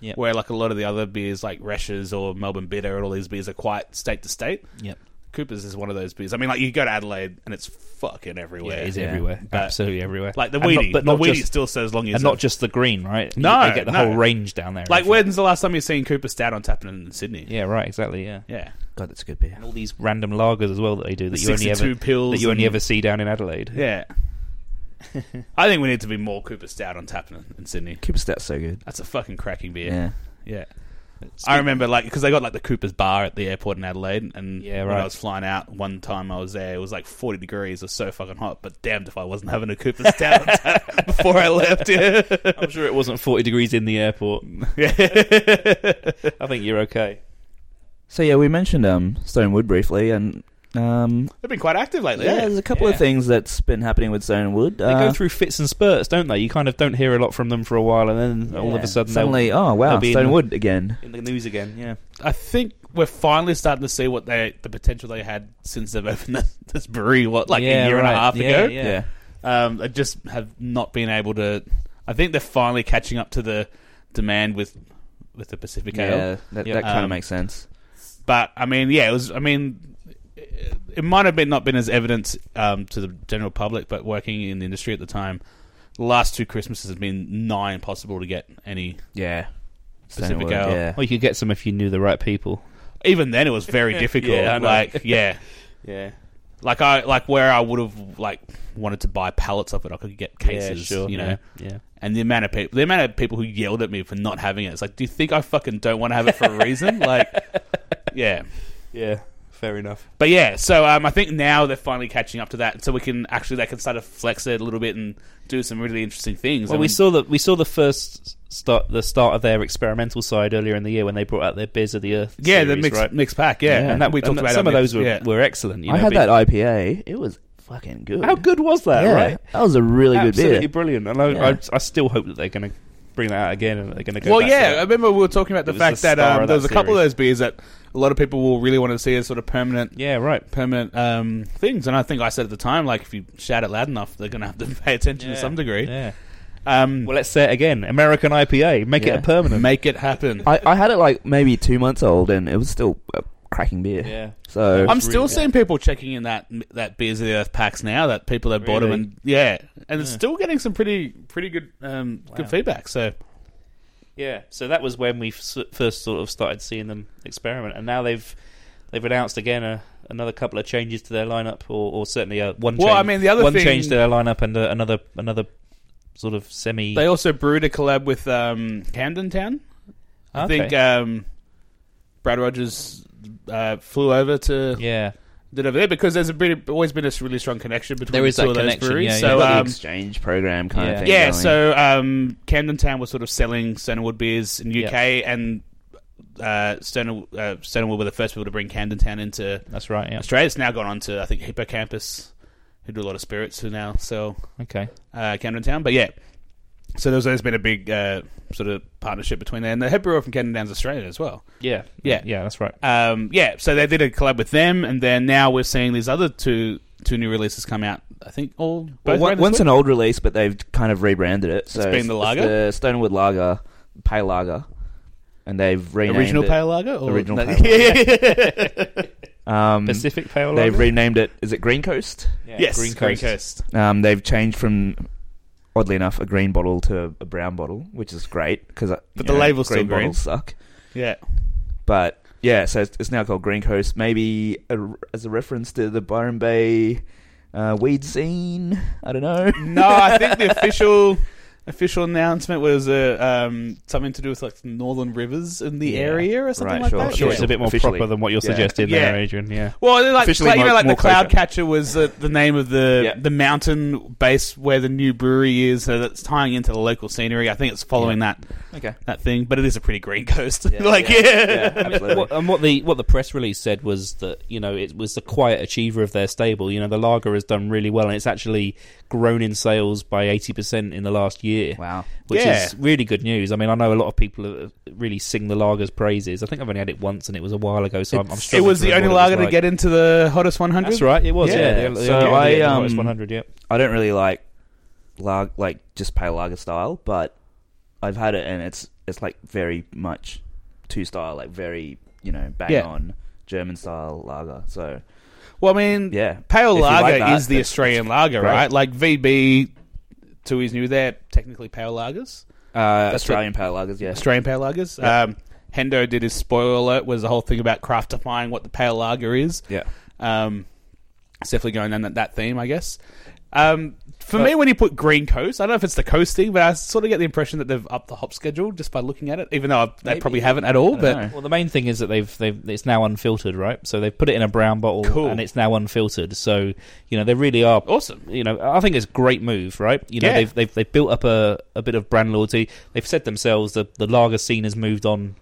Yep.
Where like a lot of the other beers like Reshes or Melbourne Bitter and all these beers are quite state to state.
yep.
Cooper's is one of those beers. I mean like you go to Adelaide and it's fucking
Yeah,
everywhere.
it is
Yeah.
everywhere,
But,
absolutely everywhere.
Like the
And
Weedy,
not- but
the
not
Weedy
just
still says long years.
and not
old.
just the green, right? You-
No,
they get the
no.
whole range down there. and
like
everything.
when's the last time you seen Cooper Stout on tap in Sydney?
Yeah, right. Exactly. Yeah.
Yeah.
God, that's a good beer.
And all these random lagers as well that they do that you only
62
ever
pills
that you only
and-
ever see down in Adelaide.
Yeah. I think we need to be more Cooper Stout on tap in, in Sydney.
Cooper's that's so good.
That's a fucking cracking beer.
Yeah.
Yeah. I remember, like, because they got, like, the Cooper's Bar at the airport in Adelaide. And
Yeah,
when
right.
I was flying out one time I was there, it was like 40 degrees. It was so fucking hot. But damned if I wasn't having a Cooper's Stout on tap before I left. Yeah.
I'm sure it wasn't 40 degrees in the airport. I think you're okay.
So yeah, we mentioned um, Stonewood briefly, and um,
They've been quite active lately. eh?
yeah, there's a couple
yeah.
of things that's been happening with Stonewood. Uh,
They go through fits and spurts, don't they? You kind of don't hear a lot from them for a while, and then all of a sudden
suddenly, oh wow,
they'll be in the-
Stonewood again.
they're in the news again. Yeah,
I think we're finally starting to see what they the potential they had since they've opened this, this brewery. What like
Yeah,
a year and a
right.
half
Yeah,
ago?
yeah.
Um, they just have not been able to. I think they're finally catching up to the demand with with the Pacific Ale.
Yeah, that,
Yeah.
that kind
Um,
of makes sense.
But I mean, yeah, it was. I mean, it, it might have been not been as evident um, to the general public, but working in the industry at the time, the last two Christmases have been nigh impossible to get any.
Yeah,
Pacific
Stonewood,
Ale.
Yeah.
or you could get some if you knew the right people.
Even then, it was very difficult.
Yeah, I know.
like, yeah.
Yeah,
like I like where I would have like wanted to buy pallets of it, I could get cases, you know.
Yeah,
And the amount of people, the amount of people who yelled at me for not having it, it's like, do you think I fucking don't want to have it for a reason? like, yeah,
yeah. Fair enough.
but yeah. So um, I think now they're finally catching up to that, so we can actually they can start to flex it a little bit and do some really interesting things.
Well,
I
we
mean,
saw that we saw the first start the start of their experimental side earlier in the year when they brought out their Beers of the Earth.
yeah, the
series,
mixed,
right?
mixed pack, yeah,
Yeah.
and that we talked
And
about
some
on
of
mixed-
those were,
yeah.
were excellent. You
I
know,
had
being-
that IPA. It was fucking good.
How good was that?
yeah,
Right.
that was a really
Absolutely
good beer.
brilliant. And I,
Yeah.
I, I still hope that they're going to bring that out again and they're going to go.
Well,
back to
yeah, I
that.
remember we were talking about the
It was
fact
the
that,
star
um,
of
there
that
was a couple of
series.
those beers that a lot of people will really want to see as sort of permanent
yeah, right.
permanent um, things. And I think I said at the time, like if you shout it loud enough, they're going to have to pay attention to some degree.
Yeah.
Um,
Well, let's say it again. American IPA, make it
Yeah.
a permanent.
make it happen. I,
I, I had it like maybe two months old, and it was still a cracking beer.
Yeah.
So
am still
really good.
seeing people checking in that that beers of the earth packs now. That people that bought them,
Really?
and yeah, and it's
Yeah.
still getting some pretty pretty good um,
Wow.
good feedback. So
Yeah. So that was when we s- first sort of started seeing them experiment, and now they've they've announced again a, another couple of changes to their lineup, or, or certainly uh one.
Well,
change,
I mean, the other
one
thing-
change to their lineup and uh, another another sort of semi.
they also brewed a collab with um, Camden Town. I
Ah, Okay.
think um, Brad Rogers uh, flew over to
yeah.
did over there because there's a bit, always been a really strong connection between
There
the
is
two
that
of those
connection,
breweries.
yeah,
so
yeah.
the
um,
exchange program kind
Yeah.
of thing.
Yeah,
going.
so um, Camden Town was sort of selling Stonerwood beers in UK, and uh, Stoner, uh, Stonerwood were the first people to bring Camden Town into
That's right. Yeah.
Australia. It's now gone on to I think Hippocampus, who do a lot of spirits, who now sell
Okay.
uh, Camden Town. But yeah, so there's always been a big uh, sort of partnership between there, and the head brewer from Camden Town's Australian as well.
Yeah.
Yeah.
Yeah. That's right.
Um, yeah, so they did a collab with them, and then now we're seeing these other two two new releases come out. I think all
Well,
both
one,
around this
one's
week?
an old release, but they've kind of rebranded it. So
been the lager?
the Stonewood Lager, Pale Lager, and they've renamed
original
it.
pale lager, or
Original
no,
Pale Um,
Pacific Pale
They've
Lager?
renamed it. Is it Green Coast?
yeah.
yes,
Green Coast.
Um, they've changed from, oddly enough, a green bottle to a brown bottle, which is great because
But the label's still
green
green.
bottles suck.
Yeah,
But yeah, so it's, it's now called Green Coast. Maybe a, as a reference to the Byron Bay uh, weed scene. I don't know.
no, I think the official official announcement was uh, um, something to do with like northern rivers in the
Yeah.
area or something
Right,
like
sure,
that.
Sure,
Yeah.
it's a bit more
Officially.
proper than what you're
Yeah.
suggesting there,
Yeah.
Adrian. Yeah.
Well, they're like
Officially
like, you know,
more-
like the
more
cloud
closer.
catcher was the, the name of the
Yeah.
the mountain base where the new brewery is, so that's tying into the local scenery. I think it's following that
okay.
that thing, but it is a pretty green coast.
Yeah,
like yeah,
yeah, yeah, absolutely.
What, uh, and what the what the press release said was that you know it was the quiet achiever of their stable. You know the lager has done really well, and it's actually grown in sales by eighty percent in the last year year,
Wow.
which
Yeah.
is really good news. I mean, I know a lot of people have- really sing the lager's praises. I think I've only had it once, and it was a while ago, so I'm, I'm
It's-
It
struggling
was
to
the only
remember what it
lager
was
to
like.
get into the hottest 100.
That's right. It was. Yeah.
Yeah.
the- the
So
only
I,
year in the
um,
Hottest 100. Yeah.
I don't really like lag, like just pale lager style, but I've had it and it's it's like very much two style, like very you know bang
Yeah.
on German style lager. So
Well, I mean,
Yeah.
pale
If you like
lager
that,
is the
that's-
Australian lager,
great.
right? Like VB to his new, they're technically pale lagers,
uh,
That's
Australian pale lagers, yeah,
Australian pale lagers. Um, Hendo did his spoiler alert, was the whole thing about craftifying what the pale lager is.
yeah.
Um, it's definitely going down that, that theme, I guess. Um, for me, when you put Green Coast, I don't know if it's the coast thing, but I sort of get the impression that they've upped the hop schedule just by looking at it, even though I, they
Maybe.
probably haven't at
I
all.
don't
But
know.
Well, the main thing is that they've they've it's now unfiltered, right? So they've put it in a brown bottle,
Cool.
and it's now unfiltered. So you know they really are
awesome.
you know, I think it's a great move, right? You know,
Yeah.
they've, they've they've built up a, a bit of brand loyalty. They've said themselves that the lager scene has moved on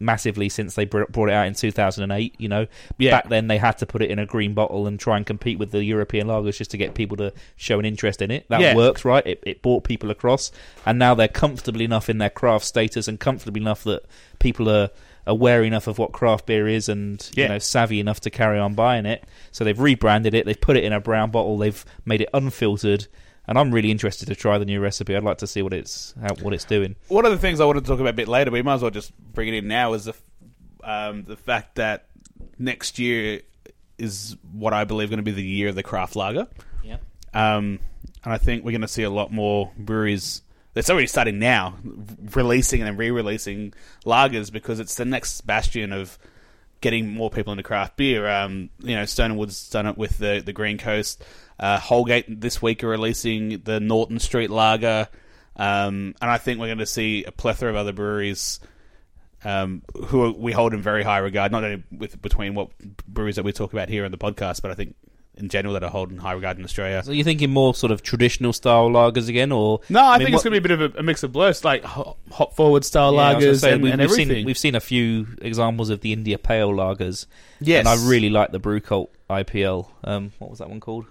massively since they br- brought it out in 2008. You know,
Yeah.
back then they had to put it in a green bottle and try and compete with the European lagers just to get people to show an interest in it. That
Yeah.
works, right? It, it brought people across, and now they're comfortable enough in their craft status and comfortable enough that people are aware enough of what craft beer is and you
Yeah.
know savvy enough to carry on buying it. So they've rebranded it, they've put it in a brown bottle, they've made it unfiltered, and I'm really interested to try the new recipe. I'd like to see what it's how, what it's doing.
one of the things I wanted to talk about a bit later, but we might as well just bring it in now, is the f- um, the fact that next year is what I believe going to be the year of the craft lager,
Yeah.
um, and I think we're going to see a lot more breweries. It's already starting now, r- releasing and re-releasing lagers because it's the next bastion of getting more people into craft beer. Um, you know, Stone and Wood's done it with the the Green Coast. Uh, Holgate this week are releasing the Norton Street Lager, um, and I think we're going to see a plethora of other breweries um, who we hold in very high regard. Not only with between what breweries that we talk about here on the podcast, but I think in general that are held in high regard in Australia.
So you're thinking more sort of traditional style lagers again, or
No, I,
mean,
think
what-
it's going to be a bit of a, a mix of blurs, like hop, hop forward style
Yeah, I was gonna
lagers
say,
and,
we've,
and
we've
everything.
Seen, we've seen a few examples of the India Pale lagers.
Yes.
and I really like the Brew Cult IPL. Um, what was that one called?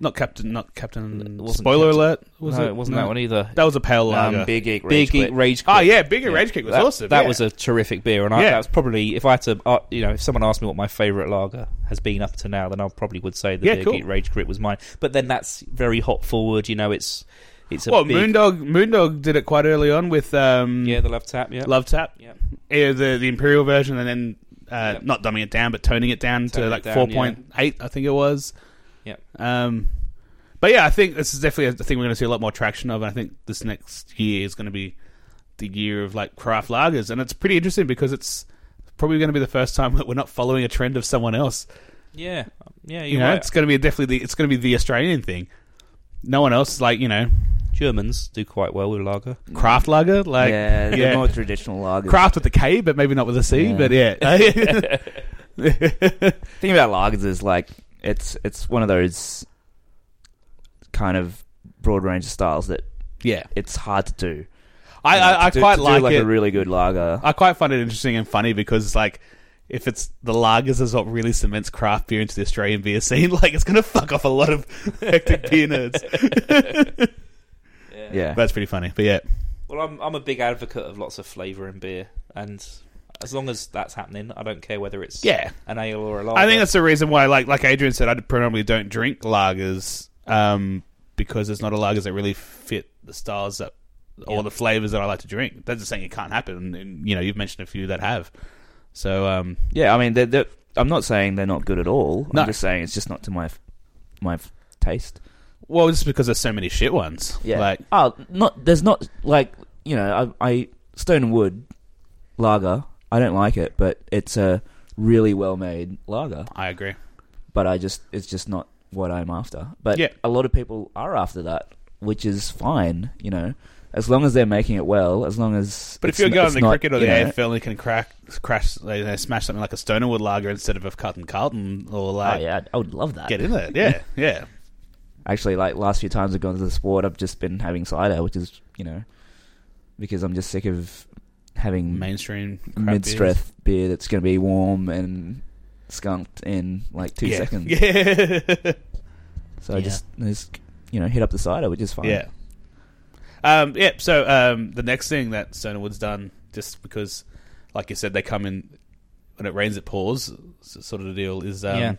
not Captain, not Captain.
It wasn't
Spoiler
Captain-
alert. Was
no,
it?
it wasn't
No.
that one either.
That was a pale lager.
Um, big geek,
Big Eat
Quit.
Rage.
Oh
Quit.
yeah, bigger rage kick was
that,
awesome.
That
yeah.
was a terrific beer, and I,
Yeah.
that was probably if I had to, uh, you know, if someone asked me what my favourite lager has been up to now, then I probably would say the
Yeah,
Beer
cool.
Geek Rage Grit was mine. But then that's very hop forward, you know. It's it's a
well,
big,
Moondog. Moondog did it quite early on with um,
yeah, the love tap, yeah,
Love Tap,
yeah,
yeah, the the Imperial version, and then uh,
Yeah.
not dumbing it down, but toning it down
Toning
to
it
like
down,
four point eight, I think it was.
yeah.
Um, but yeah, I think this is definitely a thing we're going to see a lot more traction of. And I think this next year is going to be the year of like craft lagers, and it's pretty interesting because it's probably going to be the first time that we're not following a trend of someone else.
Yeah, yeah,
You
you
know,
right.
it's going to be definitely the, it's going to be the Australian thing. No one else, like you know,
Germans do quite well with lager.
craft lager, like
yeah, they're
yeah.
more traditional lagers.
craft with a K, but maybe not with a C.
Yeah.
But yeah,
The thing about lagers is like it's it's one of those kind of broad range of styles that
yeah.
it's hard to do.
I
You know,
I, I
to do-
quite
to do,
like,
like
it.
a really good lager.
I quite find it interesting and funny because like if it's the lagers is what really cements craft beer into the Australian beer scene, like it's gonna fuck off a lot of hectic beer nerds.
Yeah,
That's pretty funny. But yeah.
Well, I'm I'm a big advocate of lots of flavour in beer, and as long as that's happening, I don't care whether it's
Yeah.
an ale or a lager.
I think that's the reason why like like Adrian said, I predominantly don't drink lagers, um, because there's not a lagers that really fit the styles that or
Yeah.
the flavours that I like to drink. That's just saying it can't happen and you know, you've mentioned a few that have. So um
yeah. I mean, they're, they're, I'm not saying they're not good at all.
No.
I'm just saying it's just not to my f- my f- taste.
well, just because there's so many shit ones.
Yeah.
Like
oh, not there's not like you know I, I Stone and Wood lager. I don't like it, but it's a really well made lager.
I agree.
But I just it's just not what I'm after. But
Yeah.
a lot of people are after that, which is fine. You know, as long as they're making it well, as long as
But
it's
if you're
n-
going
it's
the
not,
cricket or the
you know-
AFL, you can crack, crash, you know, smash something like a Stonerwood lager instead of a Carlton Carlton or
oh
like
yeah, I would love that.
get in there. Yeah, yeah.
Actually, like last few times I've gone to the sport, I've just been having cider, which is you know because I'm just sick of having
Mainstream crap
mid
beers.
strength beer that's going to be warm and skunked in like two
yeah.
seconds.
Yeah,
So I
Yeah.
just, I just, you know, hit up the cider, which is fine.
yeah. Um, yeah, so um, the next thing that Stonerwood's done, just because, like you said, they come in when it rains, it pours, s- sort of the deal, is um,
Yeah.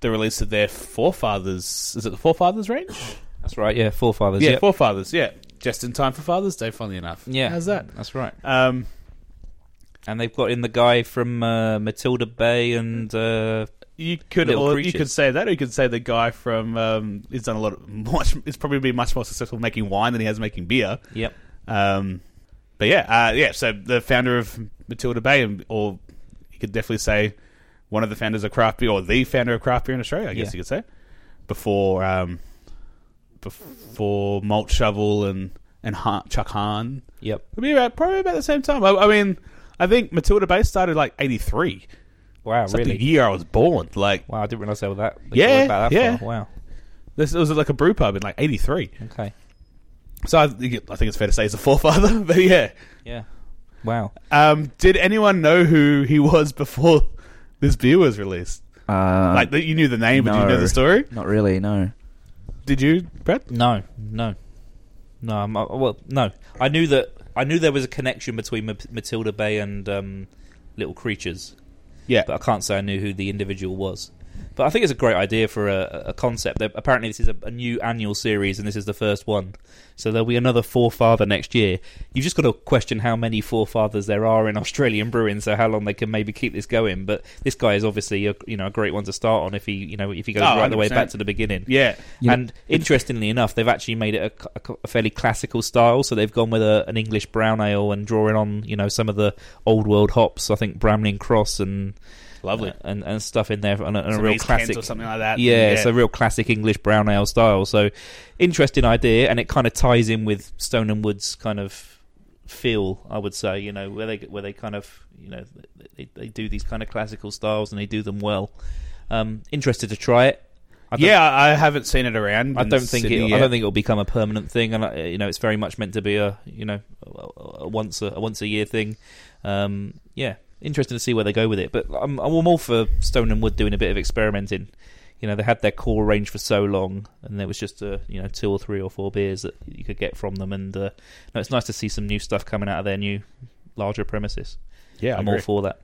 the release of their forefathers. Is it the forefathers range?
That's right. Yeah, forefathers.
yeah,
yep.
forefathers. Yeah, just in time for Father's Day. Funnily enough,
Yeah.
how's that?
That's right.
Um,
And they've got in the guy from uh, Matilda Bay and uh,
you could
Little
or you
creatures.
could say that, or you could say the guy from um, he's done a lot of much. It's probably been much more successful making wine than he has making beer.
yep.
Um, but yeah, uh, yeah. So the founder of Matilda Bay, and- or you could definitely say one of the founders of craft beer, or the founder of craft beer in Australia. I guess you
Yeah.
could say before um, before Malt Shovel and and ha- Chuck Hahn.
Yep.
It'd be about probably about the same time. I, I mean, I think Matilda Bay started like eighty three.
Wow,
It's like
Oh, really?
the year I was born. Like
Wow, I didn't realize they were that. They
Yeah,
were about that
yeah.
Far. Wow.
this it was like a brew pub in like eighty three.
Okay.
So I, think- I think it's fair to say he's a forefather. But yeah,
Yeah. Wow.
um, did anyone know who he was before this beer was released?
Uh,
Um,
like you knew the name, but did you know
no.
the story?
not really. No.
Did you, Brett?
No, no, no. I'm, uh, well, no. I knew that. I knew there was a connection between Ma- Matilda Bay and um, Little Creatures,
Yeah,
but I can't say I knew who the individual was. But I think it's a great idea for a, a concept. That apparently, this is a, a new annual series, and this is the first one. So there'll be another forefather next year. You've just got to question how many forefathers there are in Australian brewing, so how long they can maybe keep this going. But this guy is obviously a, you know a great one to start on if he you know if he goes
Oh,
right the way
100%.
back to the beginning.
yeah,
You know-
and interestingly enough, they've actually made it a, a- a fairly classical style. So they've gone with a, an English brown ale and drawing on you know some of the old world hops. I think Bramley and Cross and
lovely.
uh, and, and stuff in there, and, a- and a
Some
real
East Kent
classic
or something like that.
yeah, it's a real classic English brown ale style. So interesting idea, and it kind of ties in with Stone and Wood's kind of feel. I would say, you know, where they where they kind of you know they, they do these kind of classical styles and they do them well. Um, interested to try it. I don't-
yeah. I I haven't seen it around.
I
in
don't think
Sydney
it, I
yet.
don't think it'll become a permanent thing, and uh, you know it's very much meant to be a you know a, a once a, a once a year thing. Um, yeah, interesting to see where they go with it. But I'm I'm all for Stone and Wood doing a bit of experimenting. You know they had their core range for so long, and there was just uh, you know two or three or four beers that you could get from them, and uh, no, it's nice to see some new stuff coming out of their new larger premises.
Yeah, I
I'm
agree.
all for that.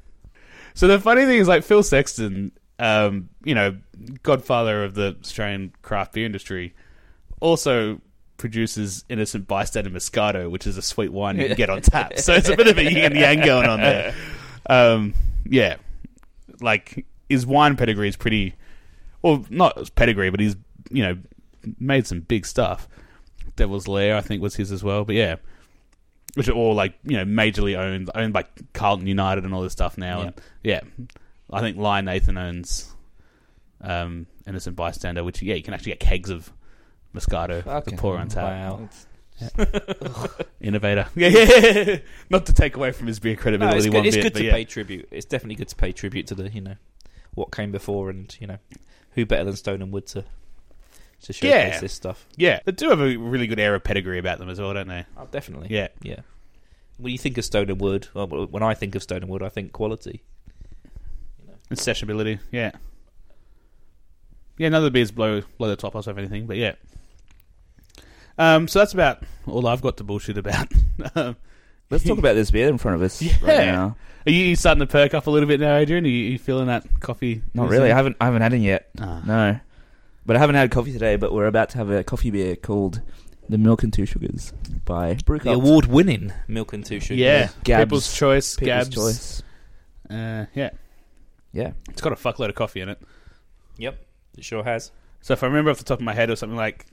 So the funny thing is, like Phil Sexton, um, you know, godfather of the Australian craft beer industry, also produces Innocent Bystander Moscato, which is a sweet wine you can get on tap. So it's a bit of a yin and yang going on there. Um, yeah, like his wine pedigree is pretty, well, not his pedigree, but he's you know made some big stuff. Devil's Lair, I think, was his as well. But yeah. Which are all like you know majorly owned, owned by Carlton United and all this stuff now,
Yeah.
and yeah, I think Lion Nathan owns um, Innocent Bystander, which yeah, you can actually get kegs of Moscato to
Fucking
pour on tap.
Wow,
Innovator, yeah, yeah. Not to take away from his beer
No,
credibility
it's
one
good, it's
bit,
good
but
to
yeah.
pay tribute. It's definitely good to pay tribute to the you know what came before, and you know who better than Stone and Wood to to showcase
Yeah.
this stuff.
yeah, they do have a really good air of pedigree about them as well, don't they?
Oh, definitely.
Yeah,
yeah. When you think of Stone and Wood, well, when I think of Stone and Wood, I think quality.
and sessionability, yeah, yeah. None of the beers blow blow the top off of anything, but yeah. Um, so that's about all I've got to bullshit about. um,
Let's talk about this beer in front of us
Yeah.
right now.
are you starting to perk up a little bit now, Adrian? Are you, you feeling that coffee?
Not really. I haven't. I haven't had it yet.
Ah.
No, but I haven't had coffee today. But we're about to have a coffee beer called the Milk and Two Sugars by
The
Brewcup.
award-winning Milk and Two Sugars.
Yeah,
Gabs.
People's Choice.
People's
Gabs.
Choice.
Uh, yeah,
Yeah,
it's got a fuckload of coffee in it.
Yep. It sure has.
So if I remember off the top of my head, it was something like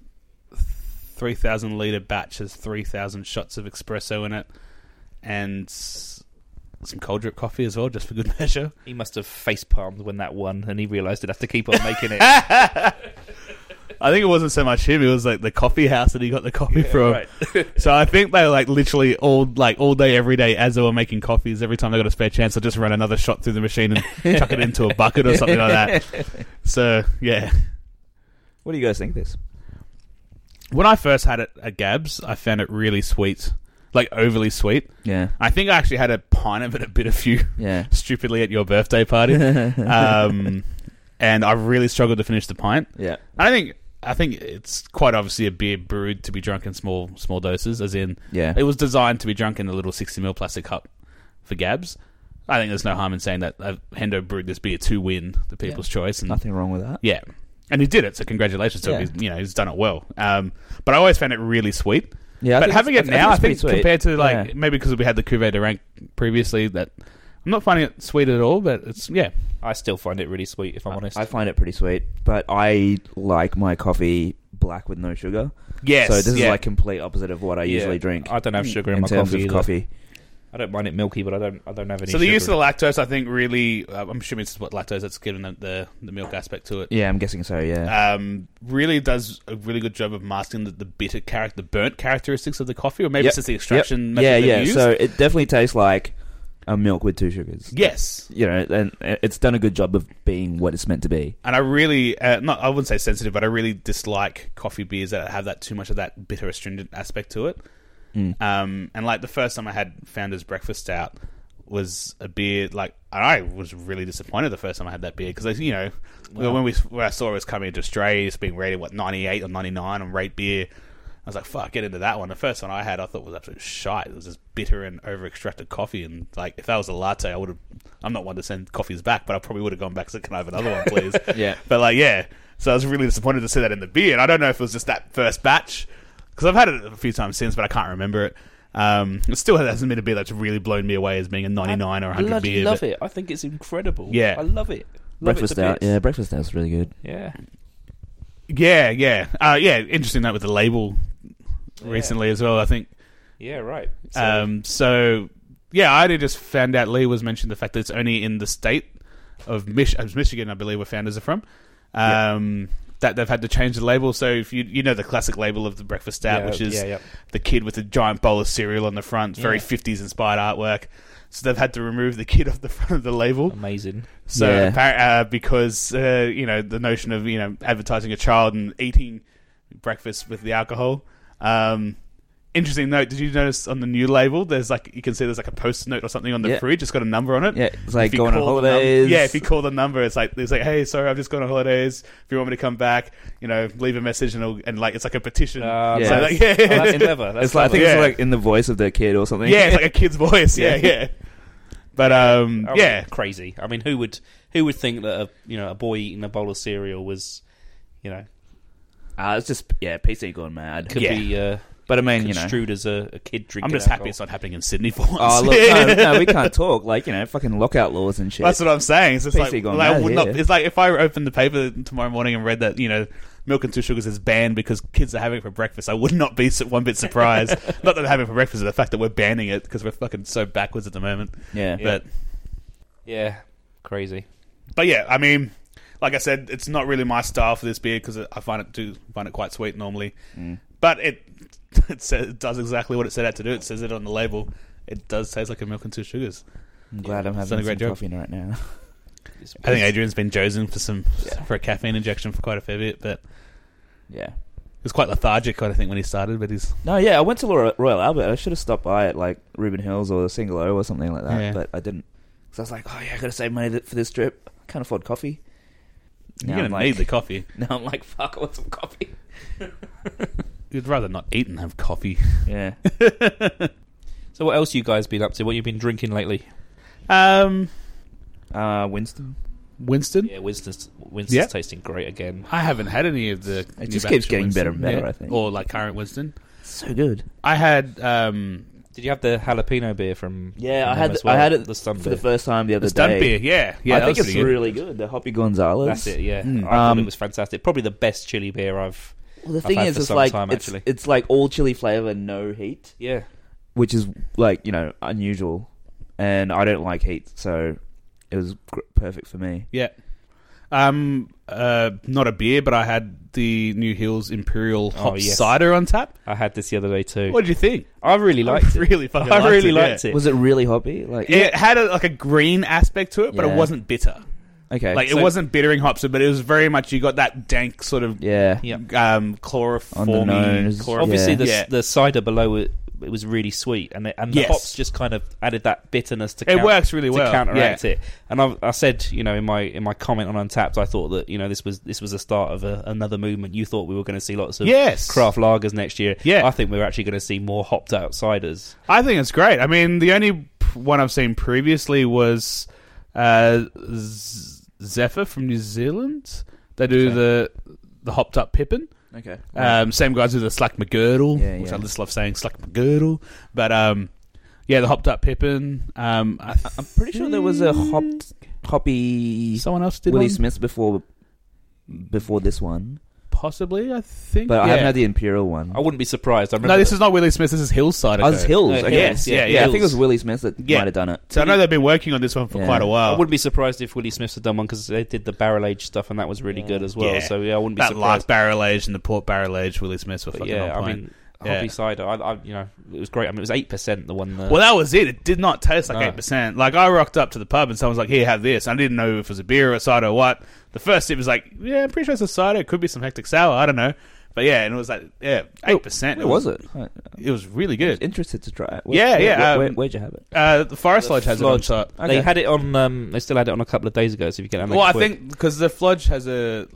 three thousand liter batch has three thousand shots of espresso in it, and s- some cold drip coffee as well, just for good measure.
He must have face palmed when that won, and he realised he'd have to keep on making it.
I think it wasn't so much him; it was like the coffee house that he got the coffee from.
right.
So I think they were like literally all like all day, every day, as they were making coffees. Every time they got a spare chance, they just run another shot through the machine and chuck it into a bucket or something like that. So yeah,
What do you guys think of this?
when I first had it at Gabs, I found it really sweet, like overly sweet.
Yeah,
I think I actually had a pint of it a bit of you
yeah.
stupidly at your birthday party, um, and I really struggled to finish the pint.
Yeah,
I don't think I think it's quite obviously a beer brewed to be drunk in small small doses, as in
Yeah.
it was designed to be drunk in a little 60 ml plastic cup for Gabs. I think there's no harm in saying that uh, Hendo brewed this beer to win the People's Choice, and
Nothing wrong with that.
yeah, and he did it. So congratulations to
Yeah.
him. He's, you know, he's done it well. Um, but I always found it really sweet.
Yeah, I
but
think
having it
it's- I- I
now, I
think
think,
it's pretty
compared
sweet.
to like
Yeah.
maybe because we had the cuvee de rank previously, that I'm not finding it sweet at all. But it's yeah,
I still find it really sweet, if I'm honest.
I find it pretty sweet, but I like my coffee black with no sugar.
yes.
so this
yeah.
is like complete opposite of what I
Yeah,
usually drink.
I don't have sugar in,
in
my
terms
coffee,
of
either.
coffee.
I don't mind it milky, but I don't. I don't have any.
so the
sugar.
use of the lactose, I think, really. Uh, I'm assuming it's what lactose that's given the, the the milk aspect to it.
Yeah, I'm guessing so. Yeah,
Um, really does a really good job of masking the, the bitter character, the burnt characteristics of the coffee, or maybe
Yep.
it's just the extraction
Yep.
method
Yeah,
they've
yeah.
used.
So it definitely tastes like a milk with two sugars.
yes,
You know, and it's done a good job of being what it's meant to be.
And I really, uh, not I wouldn't say sensitive, but I really dislike coffee beers that have that too much of that bitter astringent aspect to it.
Mm.
Um, and like the first time I had Founder's Breakfast Stout was a beer like and I was really disappointed the first time I had that beer because you know when we when I saw it was coming into Australia, it's being rated what ninety eight or ninety nine on Rate Beer. I was like, "Fuck, get into that one." The first one I had, I thought was absolute shite. It was just bitter and over-extracted coffee, and like if that was a latte, I would have. I'm not one to send coffees back, but I probably would have gone back and said, "Can I have another one, please?"
Yeah.
But like, yeah. So I was really disappointed to see that in the beer, and I don't know if it was just that first batch because I've had it a few times since, but I can't remember it. Um, it still hasn't been a beer that's really blown me away as being a 99 or 100
bloody
beer.
love
but-
it. I think it's incredible.
Yeah.
I love it. Love
breakfast
it to
out.
bits.
Yeah, breakfast out's really good.
yeah.
Yeah, yeah, uh, yeah. Interesting that with the label recently as well. I think.
Yeah, right. So,
Um, so yeah, I only just found out Lee was mentioned the fact that it's only in the state of Mich- uh, Michigan, I believe, where founders are from. Um, That they've had to change the label. So if you you know the classic label of the breakfast stout,
yeah,
which is
yeah, yeah.
the kid with a giant bowl of cereal on the front, very
Yeah.
50s inspired artwork. So they've had to remove the kid off the front of the label.
amazing.
So
Yeah.
appar- uh, because uh, you know the notion of you know advertising a child and eating breakfast with the alcohol. Um, interesting note: Did you notice on the new label? There's like you can see there's like a post note or something on the
Yeah.
fridge. It's got a number on it.
Yeah, it's like
If you
going on
call the num-
holidays.
yeah, if you call the number, it's like it's like, hey, sorry, I've just gone on holidays. If you want me to come back, you know, leave a message and it'll, and like it's like a petition.
Uh,
Yeah.
So, like,
that's,
yeah.
oh, that's clever. That's
it's like I think
clever.
Yeah.
it's like in the voice of the kid or something.
yeah, it's like a kid's voice. Yeah,
Yeah.
yeah. But um,
Oh,
yeah,
crazy. I mean, who would who would think that a you know a boy eating a bowl of cereal was, you know,
Ah, it's just yeah, PC gone mad.
could
Yeah.
be uh,
But I mean, you know,
construed as a, a kid
I'm
drinking.
just happy it's not happening in Sydney for once.
oh look, no, no, we can't talk. Like you know, fucking lockout laws and shit.
That's what I'm saying. It's just
Basically
like,
gone
like, I
mad,
would
yeah.
not, it's like if I opened the paper tomorrow morning and read that you know milk and two sugars is banned because kids are having it for breakfast, I would not be su- one bit surprised. not that they're having it for breakfast, but the fact that we're banning it because we're fucking so backwards at the moment.
yeah.
But
Yeah, crazy.
but yeah, I mean, like I said, it's not really my style for this beer because I find it do find it quite sweet normally.
Mm.
But it it, says, it does exactly what it set out to do. It says it on the label. It does taste like a milk and two sugars.
I'm glad I'm
It's
having
done a
some
great job.
coffee right now.
It's-
I think Adrian's been josen for some
Yeah.
for a caffeine injection for quite a fair bit, but.
yeah.
He was quite lethargic, I think, when he started, but he's
No, yeah, I went to Royal Royal Albert. I should have stopped by at like Ruben Hills or Single O or something like that,
Yeah.
but I didn't. Because I was like, oh yeah, I got to save money th- for this trip. I can't afford coffee.
you're
Now
gonna
I'm like-
need the coffee.
Now I'm like, fuck, I want some coffee.
You'd rather not eat and have coffee.
Yeah.
So, what else you guys been up to? What you been drinking lately?
Um,
Uh, Winston.
Winston,
Yeah, Winston's Winston's
Yeah.
tasting great again.
I haven't had any of the.
It
new
just
batch
keeps
of
getting better
Winston
and better,
yet,
I think.
or like current Winston.
So good.
I had um,
Did you have the jalapeno beer from?
Yeah,
from
I
him
had
as
th- I
well?
had it
the stun
for
beer.
the first time the other
the stunt
day.
beer. Yeah, yeah.
I
that
think
was
it's
pretty good.
really good. The Hoppy Gonzalez.
That's it. Yeah,
Mm.
I thought
Um,
it was fantastic. Probably the best chili beer I've.
Well, the
I've
thing
had
is,
for
it's
some
like
time,
it's,
actually.
it's like all chili flavor, no heat,
Yeah,
which is like you know unusual, and I don't like heat, so it was gr- perfect for me.
Yeah. Um, uh, not a beer, but I had the New Hills Imperial
Oh,
hop
yes.
cider on tap.
I had this the other day too.
What did you think?
I really liked
I
it.
really fucking.
I
liked
really
it,
liked it.
Was it really hoppy? Like,
It had a, like a green aspect to it, but
Yeah.
it wasn't bitter.
okay,
Like
so-
it wasn't bittering hops, but it was very much you got that dank sort of
yeah,
Yeah.
um,
On the
chloroformy.
nose.
chloro-
Yeah.
Obviously, the
Yeah.
the cider below it it was really sweet, and it, and
Yes.
the hops just kind of added that bitterness to.
It
count-
works really
to
well.
counteract
yeah.
it. And I, I said, you know, in my in my comment on Untapped, I thought that you know this was this was the start of a, another movement. You thought we were going to see lots of
Yes.
craft lagers next year.
Yeah.
I think we're actually going to see more hopped outsiders.
I think it's great. I mean, the only p- one I've seen previously was uh, Z- Zephyr from New Zealand. They do
Okay.
the the hopped up Pippin.
Okay.
Uh,
Um, same guys with the Slack McGirdle,
Yeah,
which
yeah.
I just love saying Slack McGirdle. But um, yeah, the hopped up Pippin. Um, I th-
I'm pretty sure there was a hopped hoppy
someone else did
Willie
one?
Smith before before this one,
Possibly, I think.
but I haven't
yeah.
had the Imperial one.
I wouldn't be surprised. I remember
No, this
that-
is not Willie Smith. This is Hillside.
Oh, it's
Echo.
Hills.
Uh,
okay.
Hills, yeah,
yeah, I think it was
Hills.
Willie Smith that
Yeah.
might have done it.
So I know they've been working on this one for
Yeah.
quite a
I
while.
wouldn't be surprised if Willie Smith's had done one because they did the barrel age stuff and that was really good as well.
Yeah.
So yeah, I wouldn't be
that
surprised.
last barrel age and the port barrel age Willie Smith were
but
fucking
yeah,
on
I
point.
mean,
Yeah.
hoppy cider. I, I, you know, it was great. I mean, it was eight percent. The one. Uh,
well, that was it. It did not taste like
No.
eight percent. Like I rocked up to the pub and someone's like, "Here, have this." I didn't know if it was a beer or a cider or what. The first sip was like, "Yeah, I'm pretty sure it's a cider. It could be some hectic sour. I don't know." But yeah, and it was like, yeah, eight percent.
Where was it? I'm
It was really good.
interested to try it.
Yeah,
where,
yeah,
Where, where,
um,
would you have it?
Uh, the Forest Lodge has
Lodge.
it on site.
Okay.
They had it on. Um, they still had it on a couple of days ago. So if you get,
Well, I think because the Flodge has a,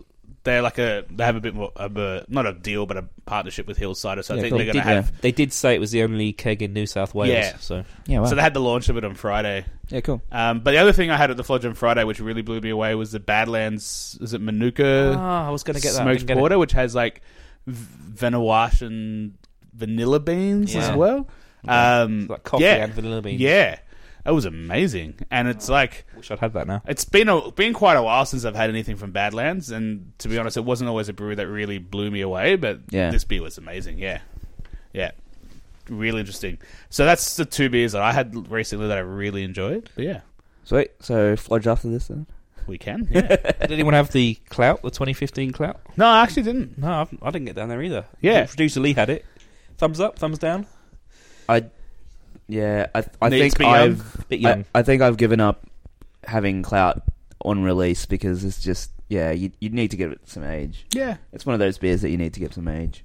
they're like a, they have a bit more of a, not a deal, but a partnership with Hillside. So I
Yeah,
think
cool.
they're going to
Did
have.
They did say it was the only keg in New South Wales.
Yeah.
So
Yeah, wow.
So they had the launch of it on Friday.
yeah, cool.
Um, but the other thing I had at the Flodge on Friday, which really blew me away, was the Badlands. Is it Manuka
ah, I was going to get that. I
Uh, smoked
didn't get it.
porter, which has like v- Vanuatu and vanilla beans
Yeah.
as well. Um,
It's like coffee
yeah,
and vanilla beans.
yeah, that was amazing. And it's like
Wish I'd had that now.
it's been a, been quite a while since I've had anything from Badlands, and to be honest, it wasn't always a brewery that really blew me away. But
Yeah.
this beer was amazing. Yeah, yeah, really interesting. So that's the two beers that I had recently that I really enjoyed. But yeah,
Sweet. So Flodge after this then.
we can. Yeah.
Did anyone have the clout, the 2015 clout?
no, I actually didn't.
No, I've, I didn't get down there either.
Yeah.
Producer Lee had it. Thumbs up, thumbs down.
I yeah, I I
Needs
think
to be young.
I've
Bit
I,
young.
I think I've given up having clout on release because it's just yeah, you you need to give it some age.
Yeah.
It's one of those beers that you need to give some age.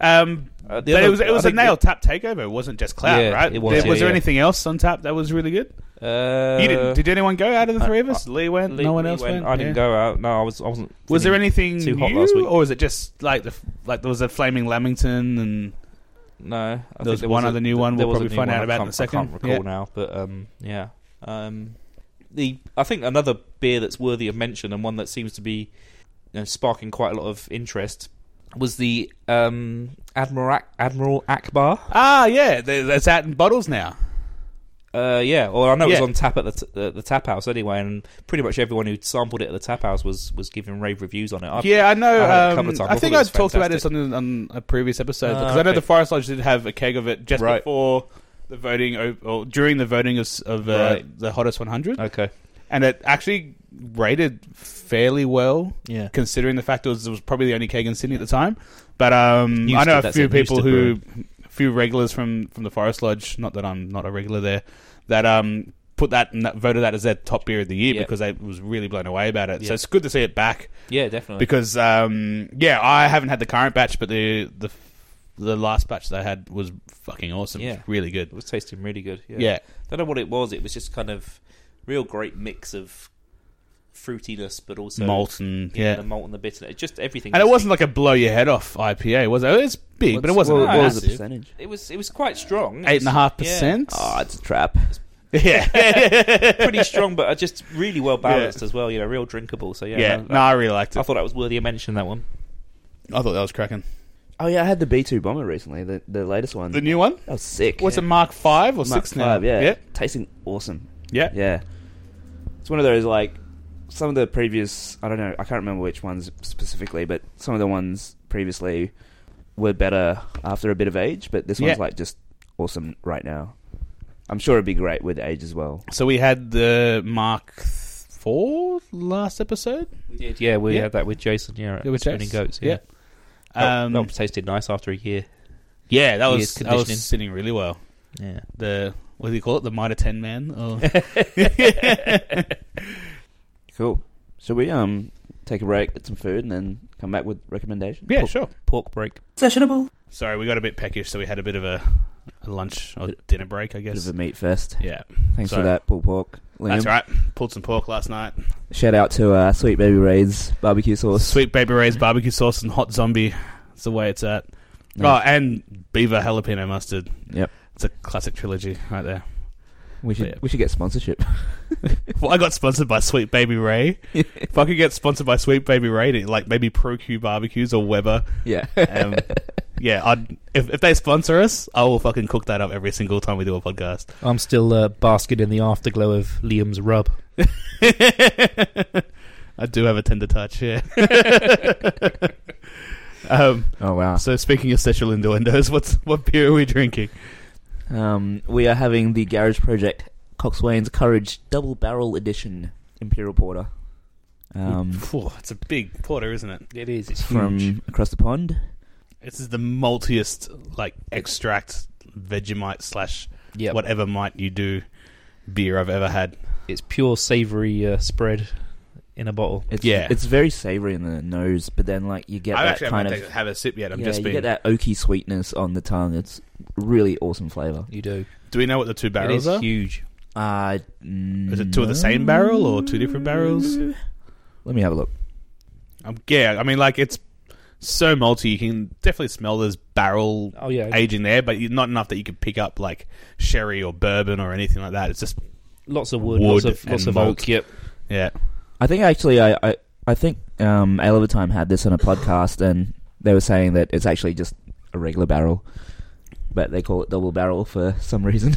Um,
Uh, the
but
other-
it was it
I
was a
think
nail tap takeover. It wasn't just clout,
Yeah,
right?
it was,
there, was
yeah,
there
yeah.
anything else on tap that was really good?
the- uh,
you didn't. Did anyone go out of the
I-
three of us? Lee went.
Lee-
no one
Lee
else went.
went. I didn't
yeah.
go out. No, I was. I wasn't.
Was there anything
Too hot
new,
last week.
or was it just like the f- like there was a flaming Lamington and
No, I think
was one
a-
other new one
there
we'll
was
probably
a new
find
one.
out
I
about in
can't-
a second.
I can't recall
Yeah.
now, but um, yeah. Um, the I think another beer that's worthy of mention and one that seems to be you know, sparking quite a lot of interest was the um, Admiral Ak- Admiral Akbar.
ah yeah, they- that's out in bottles now.
Uh, yeah, well, I know it
Yeah.
was on tap at the, t- the the tap house anyway, and pretty much everyone who sampled it at the tap house was was giving rave reviews on it. I,
yeah, I know.
I had it a
um,
couple of times.
I
I
think
thought
I
it was
talked about this on, on a previous episode
Ah,
because I know
okay.
the Forest Lodge did have a keg of it just
Right.
before the voting o- or during the voting of, s- of uh,
Right.
the hottest 100,
Okay.
and it actually rated fairly well.
Yeah.
considering the fact it was, it was probably the only keg in Sydney at the time. But um, I
Newstead,
know a
that's
few
it,
people
Newstead
who, a few regulars from from the Forest Lodge. Not that I'm not a regular there. That um put that, and that voted that as their top beer of the year
Yeah.
because they was really blown away about it.
Yeah.
So it's good to see it back
Yeah, definitely.
because um yeah I haven't had the current batch, but the the the last batch that I had was fucking awesome.
Yeah.
really good.
it was tasting really good.
Yeah.
Yeah. don't know what it was. It was just kind of real great mix of fruitiness, but also
Molten,
yeah,
yeah,
the malt and the bitterness. Just everything.
and it
just-
wasn't like a blow your head off IPA, was it? It's big, but it
What's-
wasn't.
What, what was the
massive.
percentage?
It was. It was quite strong. It
Eight
was-
and a half
yeah,
percent.
Oh, it's a trap.
yeah,
pretty strong, but uh, just really well balanced as well. You know, real drinkable. So yeah,
Yeah,
no,
no, I really liked
I
it.
thought that was worthy of mention. That one.
I thought that was cracking.
Oh yeah, I had the B two bomber recently, the the latest one.
The new one?
that was sick.
What's it, Mark Five or Six
Five,
now?
Yeah.
yeah,
tasting awesome.
yeah.
Yeah, it's one of those like some of the previous. I don't know. I can't remember which ones specifically, but some of the ones previously were better after a bit of age. But this one's
Yeah.
like just awesome right now. I'm sure it'd be great with age as well.
So we had the Mark Four last episode.
We did. Yeah, we
Yeah.
had that with Jason. Yeah,
Yeah, with
Spinning
Jason.
goats.
Yeah.
Yeah, Oh,
Um,
that, that tasted nice after a year.
yeah, that was
Years
that was
conditioning.
sitting really well.
Yeah.
The what do you call it? The Mitre Ten Man. Or...
Cool. Should we um take a break, get some food, and then come back with recommendations?
yeah, sure.
Pork break.
Sessionable.
Sorry, we got a bit peckish, so we had a bit of a a lunch or dinner break, I
Bit
guess.
of a meat fest.
yeah,
Thanks
So-
for that, pulled pork. Liam.
that's right. Pulled some pork last night.
Shout out to uh, Sweet Baby Ray's barbecue sauce.
Sweet baby Ray's barbecue sauce and hot zombie. That's the way it's at.
Nice.
Oh, and beaver jalapeno mustard.
Yep.
It's a classic trilogy right there.
we should
yeah.
we should get sponsorship.
Well, I got sponsored by Sweet Baby Ray. if I could get sponsored by Sweet Baby Ray, like maybe Pro Q Barbecues or Weber,
yeah.
um, yeah, I'd, if, if they sponsor us, I will fucking cook that up every single time we do a podcast.
I'm still uh, basking in the afterglow of Liam's rub.
I do have a tender touch, yeah. um,
Oh wow.
so speaking of sexual innuendos, what's what beer are we drinking?
Um, we are having the Garage Project Coxswain's Courage Double Barrel Edition Imperial Porter. Um,
Phew, it's a big porter, isn't it?
It is. It's
it's from across the pond.
This is the maltiest, like extract Vegemite slash
yeah.
whatever might you do beer I've ever had.
It's pure savoury uh, spread in a bottle.
It's,
Yeah.
it's very savory in the nose, but then like you get
I
that
actually
kind
haven't
of
taken- had a sip yet. I'm
yeah,
just
you
being.
get that oaky sweetness on the tongue. It's really awesome flavor.
You do.
Do we know what the two
it is
barrels are?
huge.
Uh,
Is it two of the same barrel or two different barrels?
mm, Let me have a look.
Um, yeah, I mean, like it's so malty. You can definitely smell there's barrel
Oh yeah.
aging there, but you- not enough that you could pick up like sherry or bourbon or anything like that. It's just
lots of wood,
Wood
lots of lots
and
of
malt.
oak. Yep.
yeah,
I think actually, I I, I think um, Ale Over Time had this on a podcast, and they were saying that it's actually just a regular barrel, but they call it double barrel for some reason.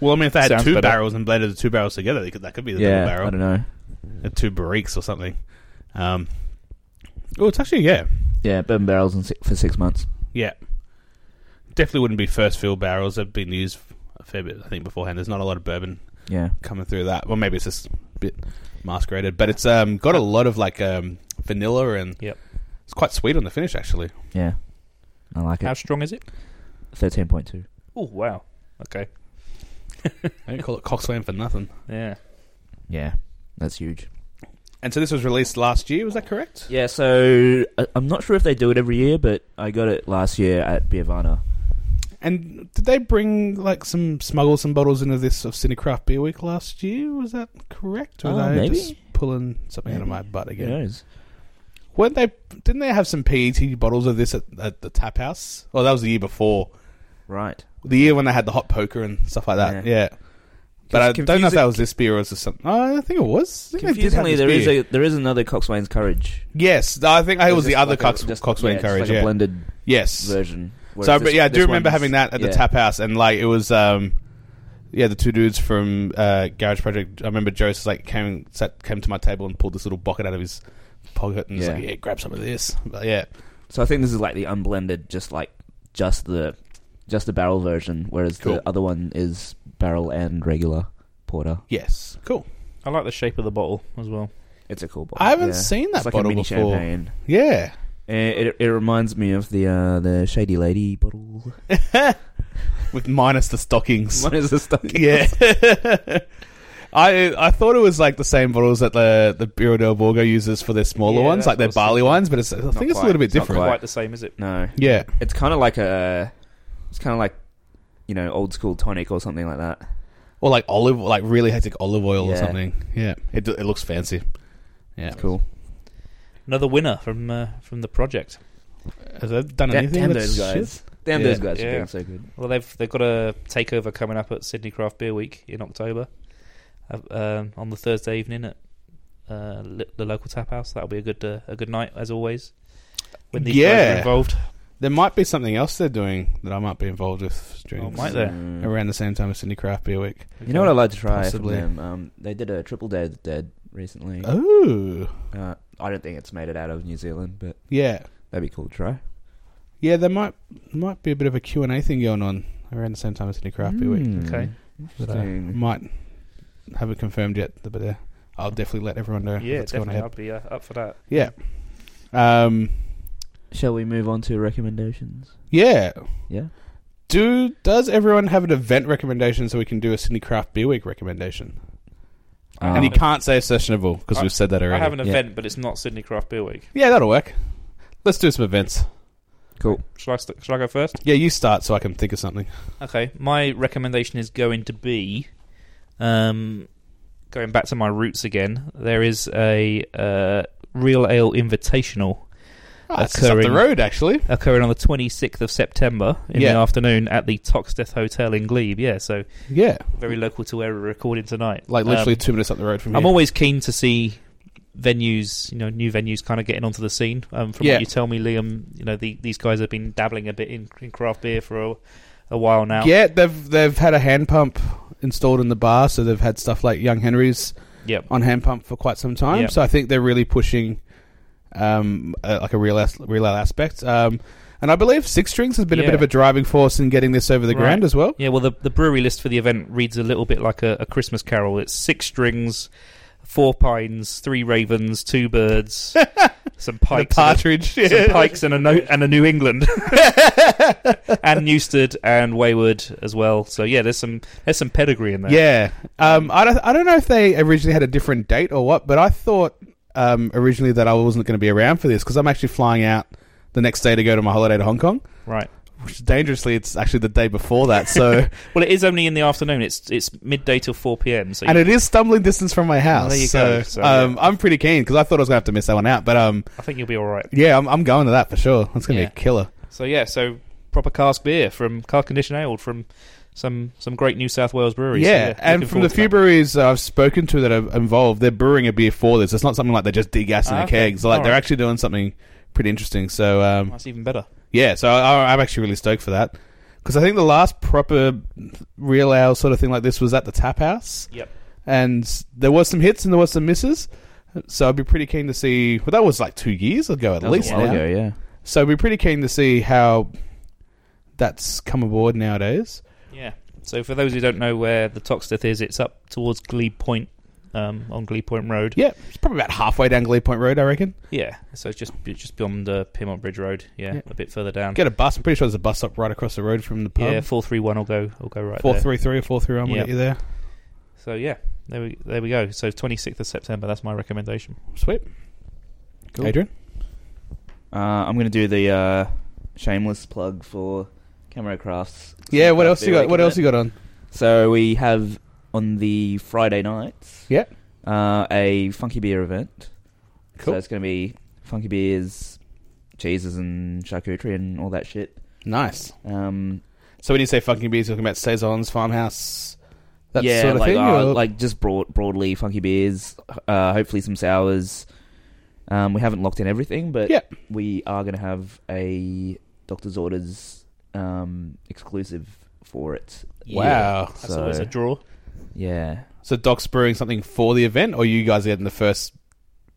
Well, I mean, if they had
Sounds
two
better.
barrels and blended the two barrels together, they could, that could be the
yeah,
double
I
barrel,
don't know.
Uh, two barriques or something. Um, oh, it's actually yeah,
Yeah, bourbon barrels in si- for six months.
yeah. Definitely wouldn't be first fill barrels. They've been used a fair bit, I think, beforehand. There's not a lot of bourbon
Yeah,
coming through that. Well, maybe it's just a bit masqueraded, but it's um, got a lot of like um, vanilla and
Yep.
it's quite sweet on the finish actually.
yeah, I like
How
it.
strong is it?
Thirteen point two.
Oh wow. Okay.
I don't call it Coxland for nothing.
Yeah.
Yeah, that's huge.
And so this was released last year, was that correct?
Yeah, so I, I'm not sure if they do it every year, but I got it last year at Biavana.
And did they bring like some smuggle some bottles into this of Cinecraft Beer Week last year? Was that correct? Or
Oh,
were they
maybe.
just pulling something out of my
Maybe.
butt
Who
again?
knows?
Weren't they? Didn't they have some PET bottles of this at, at the tap house? Oh, that was the year before.
Right.
The year when they had the hot poker and stuff like that. Yeah. But I don't know if
confusing-
that was this beer or was it something. I think it was. I think they did have
Confusingly,
this
there is
beer.
a there is another Coxswain's Courage.
Yes, I think it
It's
was the
just
other
like a-
Cox,
just-
Coxswain
yeah, it's
Courage.
like
yeah.
a blended
yes.
version.
So,
whereas
but
this-
yeah, I do
this
remember
one's-
having that at
yeah.
the tap house, and like it was, um, yeah, the two dudes from uh, Garage Project. I remember Joe's like came sat, came to my table and pulled this little bucket out of his pocket and was
Yeah.
like, "Yeah, grab some of this." But yeah,
So I think this is like the unblended, just like just the just the barrel version, whereas
Cool.
the other one is barrel and regular porter.
yes, cool.
I like the shape of the bottle as well.
It's a cool bottle.
I haven't
yeah.
seen that
It's like
bottle
a mini
before.
champagne.
Yeah,
Uh, It, it reminds me of the uh, the Shady Lady bottle.
with minus the stockings.
What is this stuff?
yeah. I I thought it was like the same bottles that the the Bureau del Borgo uses for their smaller
Yeah,
ones,
that's
like their
what I was
barley
thinking.
ones, but it's, I think it's a
quite.
little bit
It's not
different.
Right.
Quite the same, is it?
No,
Yeah,
it's kind of like a it's kind of like you know old school tonic or something like that.
or like olive, like really hectic olive oil or
Yeah.
something. Yeah, it, it looks fancy. Yeah,
It's cool.
Another winner from uh, from the project.
Has that done
Da-
anything?
damn
that's
those guys!
shit?
Damn
Yeah.
those guys! are
Yeah.
doing so good.
Well, they've they've got a takeover coming up at Sydney Craft Beer Week in October, uh, um, on the Thursday evening at uh, li- the local tap house. That'll be a good uh, a good night as always. When these guys
Yeah.
are involved,
There might be something else they're doing that I might be involved with during
Oh, might there?
Mm.
around the same time as Sydney Craft Beer Week.
You know what I'd like to try
Possibly.
from them? Um, they did a Triple Day of the Dead recently.
Oh,
Uh, I don't think it's made it out of New Zealand, but
yeah,
that'd be cool to try.
yeah. There might might be a bit of a Q and A thing going on around the same time as Sydney Craft Beer Week.
Okay.
That I
Hmm. Interesting.
might haven't confirmed yet, but uh, I'll definitely let everyone know.
yeah,
what's going
definitely.
ahead.
I'd be uh, up for that.
Yeah. Um.
Shall we move on to recommendations?
Yeah.
Yeah.
Do does everyone have an event recommendation so we can do a Sydney Craft Beer Week recommendation?
Uh,
and you can't say sessionable because
I-
we've said that already.
I have an
Yeah.
event, but it's not Sydney Craft Beer Week.
Yeah, that'll work. Let's do some events.
Cool.
Shall I, st- shall I go first?
Yeah, you start so I can think of something.
Okay, my recommendation is going to be, um, going back to my roots again. There is a uh, real ale invitational
Ah, it's just up the
Occurring-
road, actually.
occurring on the 26th of September in
Yeah.
the afternoon at the Toxteth Hotel in Glebe. Yeah, so
Yeah,
very local to where we're recording tonight.
like literally
Um,
two minutes up the road from here.
I'm always keen to see venues, you know, new venues kind of getting onto the scene. Um, from
Yeah.
what you tell me, Liam, you know, the, these guys have been dabbling a bit in, in craft beer for a, a while now.
Yeah, they've they've had a hand pump installed in the bar, so they've had stuff like Young Henry's
Yep.
on hand pump for quite some time.
Yep.
So I think they're really pushing um, uh, like a real as- real ale aspect. Um, and I believe Six Strings has been a bit
Yeah.
of a driving force in getting this over the
Right.
ground as well.
Yeah, well, the, the brewery list for the event reads a little bit like a, a Christmas carol. It's six strings, four pines, three ravens, two birds, some
And a
pikes, and a-
partridge,
some pikes, and a no, and a New England, and Newstead and Wayward as well. So yeah, there's some there's some pedigree in there.
Yeah, um, I don't, I don't know if they originally had a different date or what, but I thought um, originally that I wasn't going to be around for this because I'm actually flying out the next day to go to my holiday to Hong Kong.
right.
Which dangerously, it's actually the day before that. So,
Well, it is only in the afternoon. It's it's midday till four p.m. So
and
you-
it is stumbling distance from my house.
there you
so,
go. So,
um, I'm pretty keen because I thought I was going to have to miss that one out. But um,
I think you'll be all right.
yeah, I'm, I'm going to that for sure. That's going to
Yeah.
be a killer.
So yeah, so proper cask beer from cask conditioned ale from some some great New South Wales breweries. So,
Yeah, and
looking
from
forward
the
to
few
that.
breweries I've spoken to that are involved, they're brewing a beer for this. It's not something like they're just degassing
Ah,
the
okay.
kegs. Like they're
Alright.
actually doing something pretty interesting. So um,
that's even better.
Yeah, so I, I'm actually really stoked for that because I think the last proper real ale sort of thing like this was at the Tap House,
Yep.
and there was some hits and there was some misses. So I'd be pretty keen to see. Well, that was like two years ago at
That was
least.
a while
now.
ago, yeah.
So I'd be pretty keen to see how that's come aboard nowadays.
Yeah. So for those who don't know where the Toxteth is, it's up towards Glebe Point, um, on Glebe Point Road.
Yeah, it's probably about halfway down Glee Point Road, I reckon.
Yeah. So it's just it's just beyond uh, Piedmont Bridge Road. Yeah,
Yeah.
a bit further down.
Get a bus. I'm pretty sure there's a bus stop right across the road from the pub.
yeah, four three one. I'll go. I'll go right
four
there.
three three or four three one will
Yep.
get you there.
So yeah, there we there we go. So twenty sixth of September. That's my recommendation.
Sweet.
Cool.
Adrian,
Uh, I'm going to do the uh, shameless plug for Camera Crafts.
yeah. What
Craft
else you
beer
got? What
weekend.
else you got on?
So we have on the Friday nights.
Yeah.
Uh, a funky beer event.
Cool.
So it's going to be funky beers, cheeses, and charcuterie and all that shit.
Nice.
Um,
So when you say funky beers, you're talking about Saison's farmhouse, that
yeah,
sort of
like,
thing.
uh,
or-
like just broad, broadly funky beers. Uh, hopefully some sours. Um, we haven't locked in everything, but
Yeah.
we are going to have a Doctor's Orders um, exclusive for it.
wow.
That's always
So-
a draw.
Yeah,
So Doc's brewing something for the event, or you guys are getting the first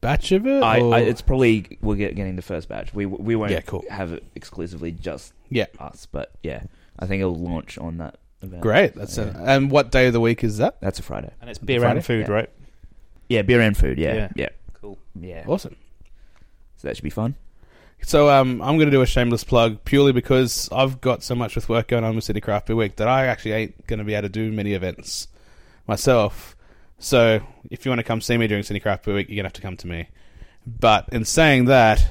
batch of it?
I,
or-
I, it's probably we're get, getting the first batch. We we won't
Yeah, cool.
have it exclusively just
Yeah.
us, but yeah, I think it'll launch on that event.
great. That's
Yeah.
a, and what day of the week is that?
That's a Friday.
And it's beer
Friday?
and food,
Yeah.
right?
Yeah, beer and food. Yeah,
Yeah.
yeah,
Cool.
yeah.
Awesome.
So that should be fun.
So um, I'm going to do a shameless plug purely because I've got so much with work going on with City Craft Beer Week that I actually ain't going to be able to do many events myself. So if you want to come see me during City Craft Beer Week, you're going to have to come to me. But in saying that,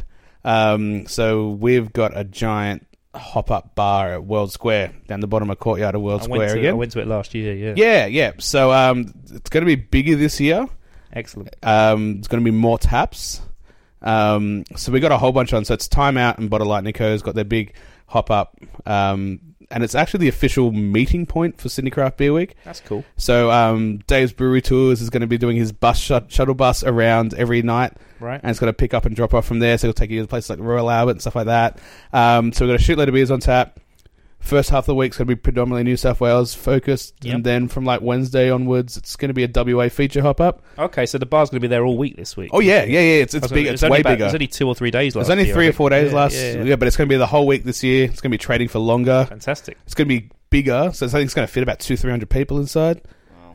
um, so we've got a giant hop up bar at World Square down the bottom of courtyard of World
I went,
Square
to, I
again.
went to it last year. Yeah.
yeah, yeah. So um, it's going to be bigger this year.
Excellent.
Um, there's going to be more taps. Um, so we got a whole bunch on. So it's Time Out and Bottle Light Nico's got their big hop up. Um, and it's actually the official meeting point for Sydney Craft Beer Week.
That's cool.
So um, Dave's Brewery Tours is going to be doing his bus shut shuttle bus around every night
Right.
and it's got to pick up and drop off from there. So it'll take you to places like Royal Albert and stuff like that. Um, so we've got a shitload of beers on tap. First half of the week's going to be predominantly New South Wales focused,
Yep.
and then from like Wednesday onwards, it's going to be a WA feature hop up.
Okay, so the bar's going to be there all week this week.
Oh yeah, yeah, yeah. It's
I
it's
was
big.
gonna- it
It's
was only
way
about-
bigger.
It was only two or three days last.
It's only
year, I
three or
think.
four days
Yeah,
last.
yeah,
Yeah,
yeah.
but it's going to be the whole week this year. It's going to be trading for longer.
Fantastic.
It's going to be bigger, so I think it's going to fit about two, three hundred people inside.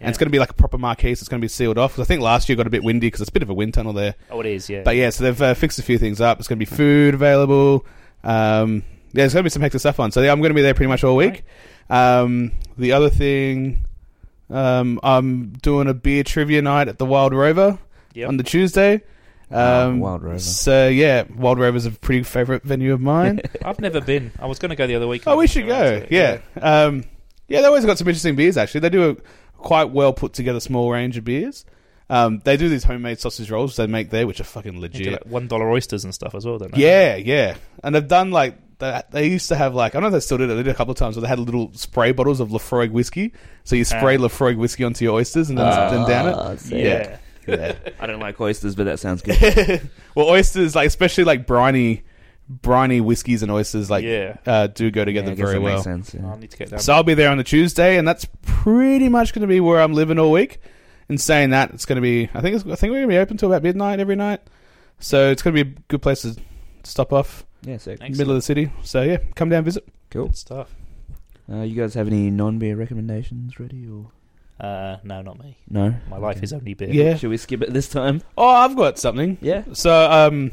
And it's
Yeah.
going to be like a proper marquee. So it's going to be sealed off. 'Cause I think last year got a bit windy because it's a bit of a wind tunnel there.
Oh, it is. Yeah.
But yeah, so they've uh, fixed a few things up. It's going to be food available. Um, yeah, there's going to be some hectic stuff on. So yeah, I'm going to be there pretty much all week. Um, the other thing, um, I'm doing a beer trivia night at the Wild Rover
Yep.
on the Tuesday.
Ah,
Um,
Wild Rover.
So yeah, Wild Rover's a pretty favourite venue of mine.
I've never been. I was going to go the other week.
oh, we should go. Yeah, um, yeah. They always got some interesting beers. Actually, they do a quite well put together small range of beers. Um, they do these homemade sausage rolls they make there, which are fucking
They do,
legit.
like one dollar oysters and stuff as well, don't they?
Yeah, yeah. And they've done like they, they used to have like I don't know if they still did it. They did a couple of times where they had little spray bottles of Lefroy whiskey. So you spray Lefroy whiskey onto your oysters and then,
Ah.
then down
sick.
yeah.
it. Yeah.
I don't like oysters, but that sounds good.
well, oysters like especially like briny, briny whiskeys and oysters like
Yeah.
uh, do go
yeah,
together
I guess
very
that
well.
makes sense. yeah.
I need to get down.
So I'll be there on a Tuesday, and that's pretty much going to be where I'm living all week. In saying that, it's going to be I think it's, I think we're going to be open till about midnight every night. So it's going to be a good place to stop off.
Yeah, sick.
Excellent.
middle of the city. So yeah, come down visit.
Cool.
Good stuff.
Uh, you guys have any non-beer recommendations ready or
Uh, no, not me.
no?
My life is only beer.
Yeah.
Should we skip it this time?
Oh, I've got something.
Yeah.
So um,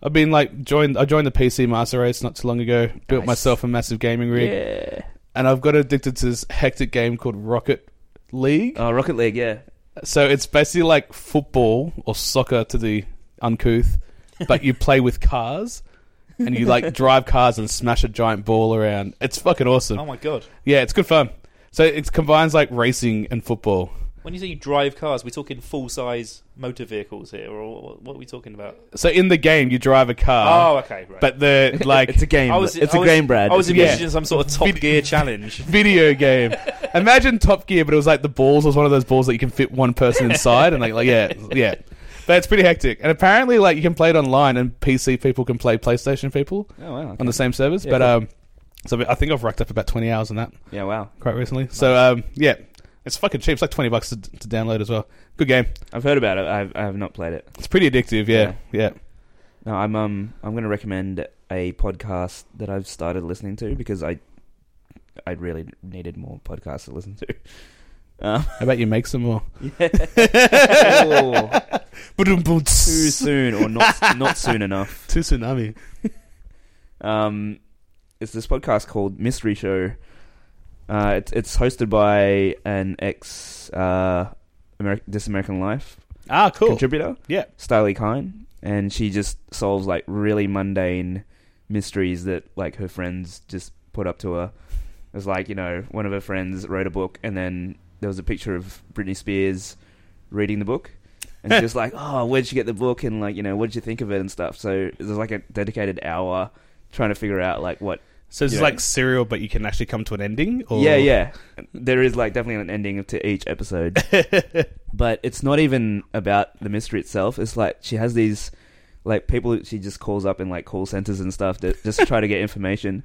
I've been like joined. I joined the PC Master Race not too long ago. Built
Nice.
myself a massive gaming rig,
Yeah.
and I've got addicted to this hectic game called Rocket League.
Oh, Rocket League. Yeah.
So it's basically like football or soccer to the uncouth, but you play with cars. And you like drive cars and smash a giant ball around. It's fucking awesome.
Oh my god.
Yeah, it's good fun. So it combines like racing and football.
When you say you drive cars, we're talking full size motor vehicles here, or what- what are we talking about?
So in the game, you drive a car,
oh, okay, right.
Uh, but the like
it's a game.
I was,
it's
I
a
was-
game, Brad.
I was
It's a game.
envisioning some sort of Top
Vid-
Gear challenge.
video game. Imagine Top Gear, but it was like the balls was one of those balls that you can fit one person inside, and like, like yeah, yeah. But it's pretty hectic. And apparently, like you can play it online, and PC people can play PlayStation people
Oh wow. okay.
on the same servers.
Yeah,
but
cool.
um, so I think I've racked up about twenty hours on that
Yeah. Wow.
quite recently. So um, yeah, it's fucking cheap. It's like twenty bucks to, to download as well. Good game.
I've heard about it. I've I have not played it.
It's pretty addictive. Yeah, yeah.
No, I'm um I'm going to recommend a podcast that I've started listening to because I I really needed more podcasts to listen to. Um,
How about you make some more?
yeah. Oh,
Too
too soon or not not soon enough.
tsunami.
Um, it's this podcast called Mystery Show. Uh, it's it's hosted by an ex uh, Ameri- This American Life
Ah, cool.
contributor,
Yeah.
Starley Kine, and she just solves like really mundane mysteries that like her friends just put up to her. It was like you know one of her friends wrote a book, and then there was a picture of Britney Spears reading the book, and she was like, "Oh, where'd you get the book?" And like you know, what did you think of it and stuff. So there's like a dedicated hour trying to figure out like what
So it's
Yeah.
like serial, but you can actually come to an ending. Or...
Yeah, yeah. There is like definitely an ending to each episode, but it's not even about the mystery itself. It's like she has these like people that she just calls up in like call centers and stuff that just try to get information,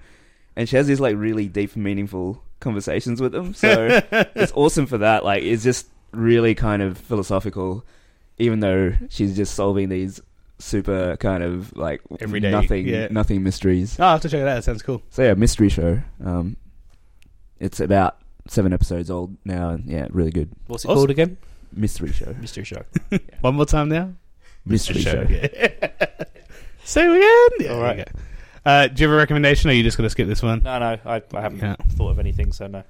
and she has these like really deep, and meaningful conversations with them. So it's awesome for that. Like it's just really kind of philosophical, even though she's just solving these super kind of like
Everyday,
nothing
yeah.
nothing mysteries.
Oh, I have to check it out. That sounds cool.
So yeah, mystery show. Um, it's about seven episodes old now, and yeah, really good
What's it
Awesome.
called again?
mystery show.
Mystery show.
One more time now.
Mystery show.
Yeah. Say it again. Yeah,
All right.
there you go. Uh, do you have a recommendation, or are you just going to skip this one?
No, no, I, I haven't
Yeah.
thought of anything, so no.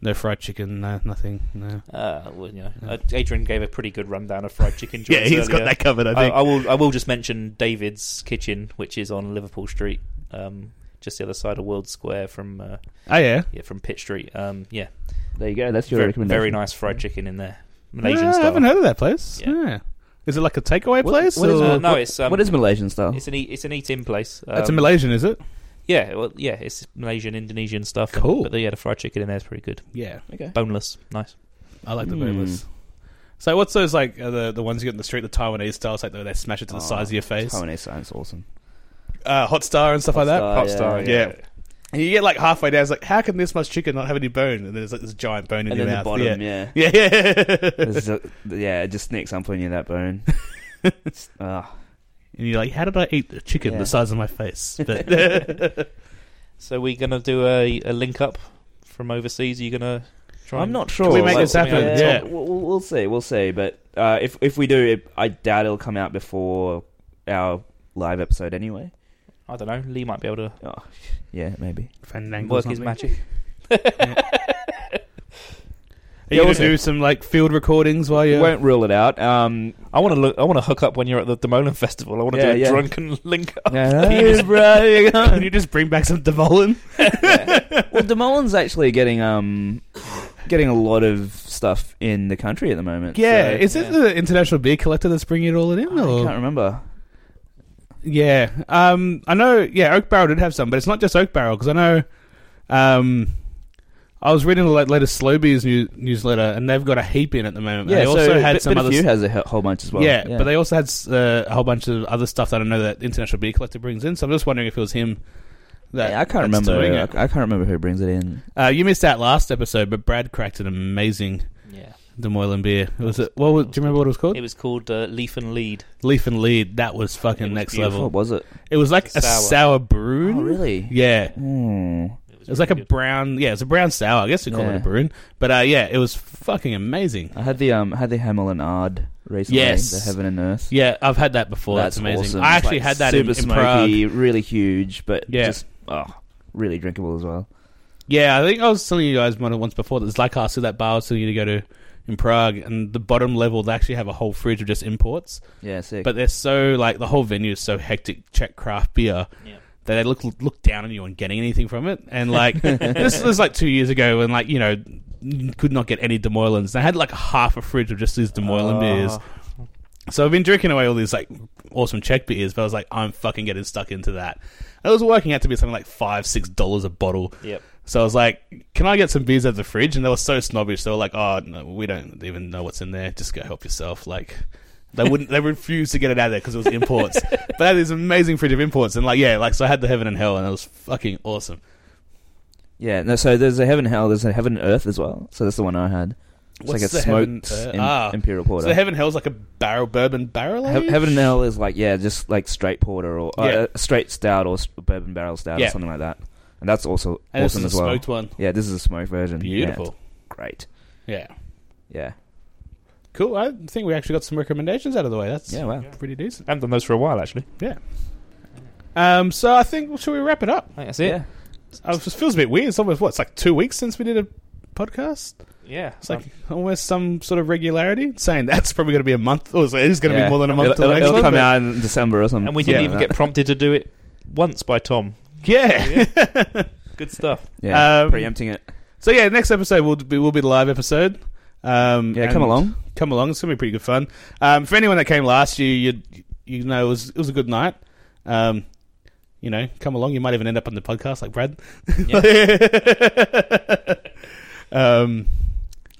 No fried chicken. No nothing. No.
Uh, well, you know, uh, Adrian gave a pretty good rundown of fried chicken joints.
Yeah, he's got
earlier.
that covered. I
I,
think.
I will. I will just mention David's Kitchen, which is on Liverpool Street, um, just the other side of World Square from uh,
oh yeah.
yeah from Pitt Street. Um, yeah,
There you go. That's your
very,
recommendation.
very nice fried chicken in there, Malaysian
Yeah, Uh, I
style.
haven't heard of that place.
Yeah.
Yeah. Is it like a takeaway
What-
place?
what is
or-
Uh, no,
What-
it's um,
what is Malaysian style?
It's an eat, it's an eat-in place. Um,
That's a Malaysian, is it?
Yeah, well, yeah, it's Malaysian, Indonesian stuff.
Cool.
but yeah, the fried chicken in there is pretty good.
Yeah.
okay.
Boneless, nice.
I like the
Hmm.
boneless. So what's those like uh, the the ones you get in the street, the Taiwanese style, it's like they they smash it to the
Oh,
size of your face,
Taiwanese science, awesome.
uh, hot star and stuff like that.
Hot Star,
yeah. Yeah. And you get like halfway down, it's like, how can this much chicken not have any bone? And there's like this giant bone in
And
your
then the
mouth.
bottom,
yeah.
yeah.
Yeah, yeah.
There's a- yeah, it just sneaks up on you that bone. Ah,
and you're like, how did I eat the chicken
Yeah.
the size of my face? But
So we're gonna do a, a link up from overseas. Are you gonna? Try
I'm
and-
not sure.
we make
Like,
this happen?
something like
Yeah.
that?
we'll, we'll- we'll see. We'll see. But uh, if if we do, it, I doubt it'll come out before our live episode anyway.
I don't know. Lee might be able to
Oh, yeah, maybe.
Fandango or
work his
something.
magic.
Are you
Yeah,
gonna
also-
do some like field recordings while
We
you're?
won't rule it out. Um,
I want to look. I want to hook up when you're at the Demolan Festival. I want to do
Yeah,
a
yeah.
drunken link up.
yeah, bro, you know.
Can you just bring back some Devolin?
well, Demolin's actually getting um getting a lot of stuff in the country at the moment.
Yeah,
so-
is it the international beer collector that's bringing it all in?
I
or-
can't remember.
Yeah, um, I know. Yeah, Oak Barrel did have some, but it's not just Oak Barrel because I know. Um, I was reading the la- latest Slow Beers new- newsletter, and they've got a heap in at the moment.
Yeah,
they also
so
had
Bit-
some
Bit of
other.
You
s-
has a he- whole bunch as well.
yeah, but they also had s- uh, a whole bunch of other stuff that I know that International Beer Collector brings in. So I'm just wondering if it was him. That
Yeah, I can't
that's
remember. uh,
doing
I,
it.
I can't remember who brings it in.
Uh, you missed out last episode, but Brad cracked an amazing
Yeah.
Des Moines beer. Was it? What was, do you remember what it was called?
It was called uh, Leaf and Lead.
Leaf and Lead. That was fucking
It was
next
beautiful.
What
level.
was it?
It was like a
Sour.
sour brew.
Oh, really?
Yeah.
Hmm.
It was like a
really good.
brown, yeah, it's a brown sour. I guess you call it
Yeah.
a brewing, but uh, yeah, it was fucking amazing.
I had the um had the Hamel and Ard recently.
Yes.
the Heaven and Earth.
Yeah, I've had that before. That's, amazing. I
It's
actually
like
had that in,
super
in Prague.
smoky, really huge, but
Yeah.
just oh, really drinkable as well.
Yeah, I think I was telling you guys one once before. There's like us to that bar I was telling you to go to in Prague, and the bottom level they actually have a whole fridge of just imports,
Yeah, sick.
but they're so like the whole venue is so hectic Czech craft beer.
Yeah.
that They look look down on you on getting anything from it, and like this was like two years ago when like you know you could not get any Des Moines. They had like half a fridge of just these Des Moines beers, So I've been drinking away all these like awesome Czech beers, but I was like, I'm fucking getting stuck into that. And it was working out to be something like five, six dollars a bottle.
Yep.
So I was like, Can I get some beers out of the fridge? And they were so snobbish. They were like, Oh no, we don't even know what's in there. Just go help yourself. Like they wouldn't. they refused to get it out of there because it was imports. but I had this amazing fridge of imports, and like yeah, like so I had the heaven and hell, and it was fucking awesome.
yeah, no. So there's a Heaven and Hell. There's a Heaven and Earth as well. So that's the one I had. It's
What's
like a
the Heaven-
smoked
uh,
im-
ah.
imperial
So
porter.
the heaven and hell is like a barrel bourbon barrel.
He-
aged?
Heaven and Hell is like yeah, just like straight porter or
Yeah.
uh, a straight stout or s- bourbon barrel stout
Yeah.
or something like that. And that's also
And this
awesome
is
as
a
well.
smoked one.
Yeah, this is a smoke version. Yeah,
Beautiful.
it's great.
Yeah.
Yeah.
Cool. I think we actually got some recommendations out of the way. That's
Yeah. Wow.
pretty decent.
I haven't done those for a while, actually.
Um, so I think should we wrap it up?
I think that's
Yeah.
I was- Uh, It feels a bit weird. It's almost what it's like two weeks since we did a podcast.
Yeah.
It's like
Um,
almost some sort of regularity. Saying that's probably going to be a month, or so it is going to
Yeah.
be more than a month.
It'll,
till the
it'll-
next
it'll
one,
come
but-
out in December or something.
And we didn't
Yeah.
even get prompted to do it once by Tom.
Yeah.
Good stuff.
Yeah,
Um,
preempting it.
so yeah, next episode will be will be the live episode. Um,
Yeah,
and
come along.
come along. It's going to be pretty good fun. Um, for anyone that came last year, you you know it was it was a good night. Um, you know, come along. You might even end up on the podcast like Brad. um,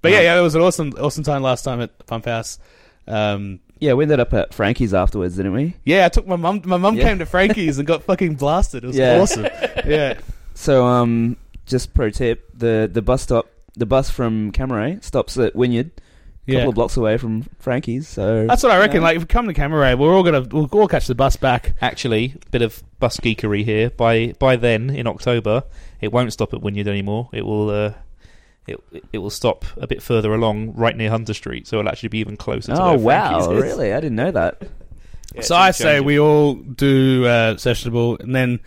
but yeah, yeah, it was an awesome awesome time last time at the Pump House. Um,
Yeah, we ended up at Frankie's afterwards, didn't we?
yeah, I took my mum. My mum
Yeah.
came to Frankie's and got fucking blasted. It was
Yeah.
awesome. Yeah,
So, um, just pro tip: the the bus stop, the bus from Camaray stops at Wynyard, a
yeah.
couple of blocks away from Frankie's. So
That's what I reckon.
Yeah.
Like, if we come to Camaray, we're all gonna we'll all catch the bus back.
Actually, bit of bus geekery here. By by then in October, it won't stop at Wynyard anymore. It will uh, it it will stop a bit further along, right near Hunter Street. So it'll actually be even closer. to
oh
where Frankie's
wow,
is.
really? I didn't know that.
Yeah, it's
so I
all
say
changing.
we all do uh, sessionable, and then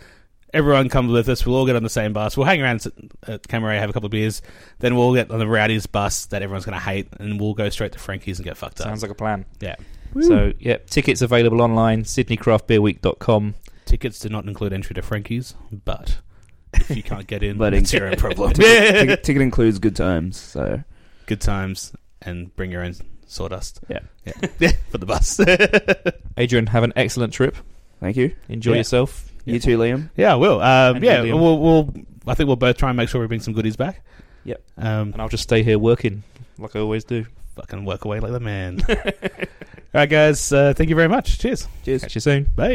everyone comes with us. We'll all get on the same bus. We'll hang around at- at Camaray, have a couple of beers, then we'll get on the rowdiest bus that everyone's going to hate, and we'll go straight to Frankie's and get fucked up.
sounds like a plan.
yeah.
So yeah, tickets available online sydneycraftbeerweek.com.
Tickets do not include entry to Frankie's, but if you can't get in,
But
it's your own problem.
ticket, ticket, ticket includes good times. So
Good times, and bring your own sawdust.
Yeah.
yeah, for the bus.
Adrian, have an excellent trip.
thank you.
Enjoy
Yeah.
yourself.
Yeah.
You too, Liam.
yeah, I will. Um,
And
yeah,
William.
we'll, we'll. I think we'll both try and make sure we bring some goodies back.
Yep.
Um,
And I'll just stay here working like I always do.
fucking work away like the man. All right, guys. Uh, thank you very much. Cheers.
Cheers.
Catch you soon.
Bye.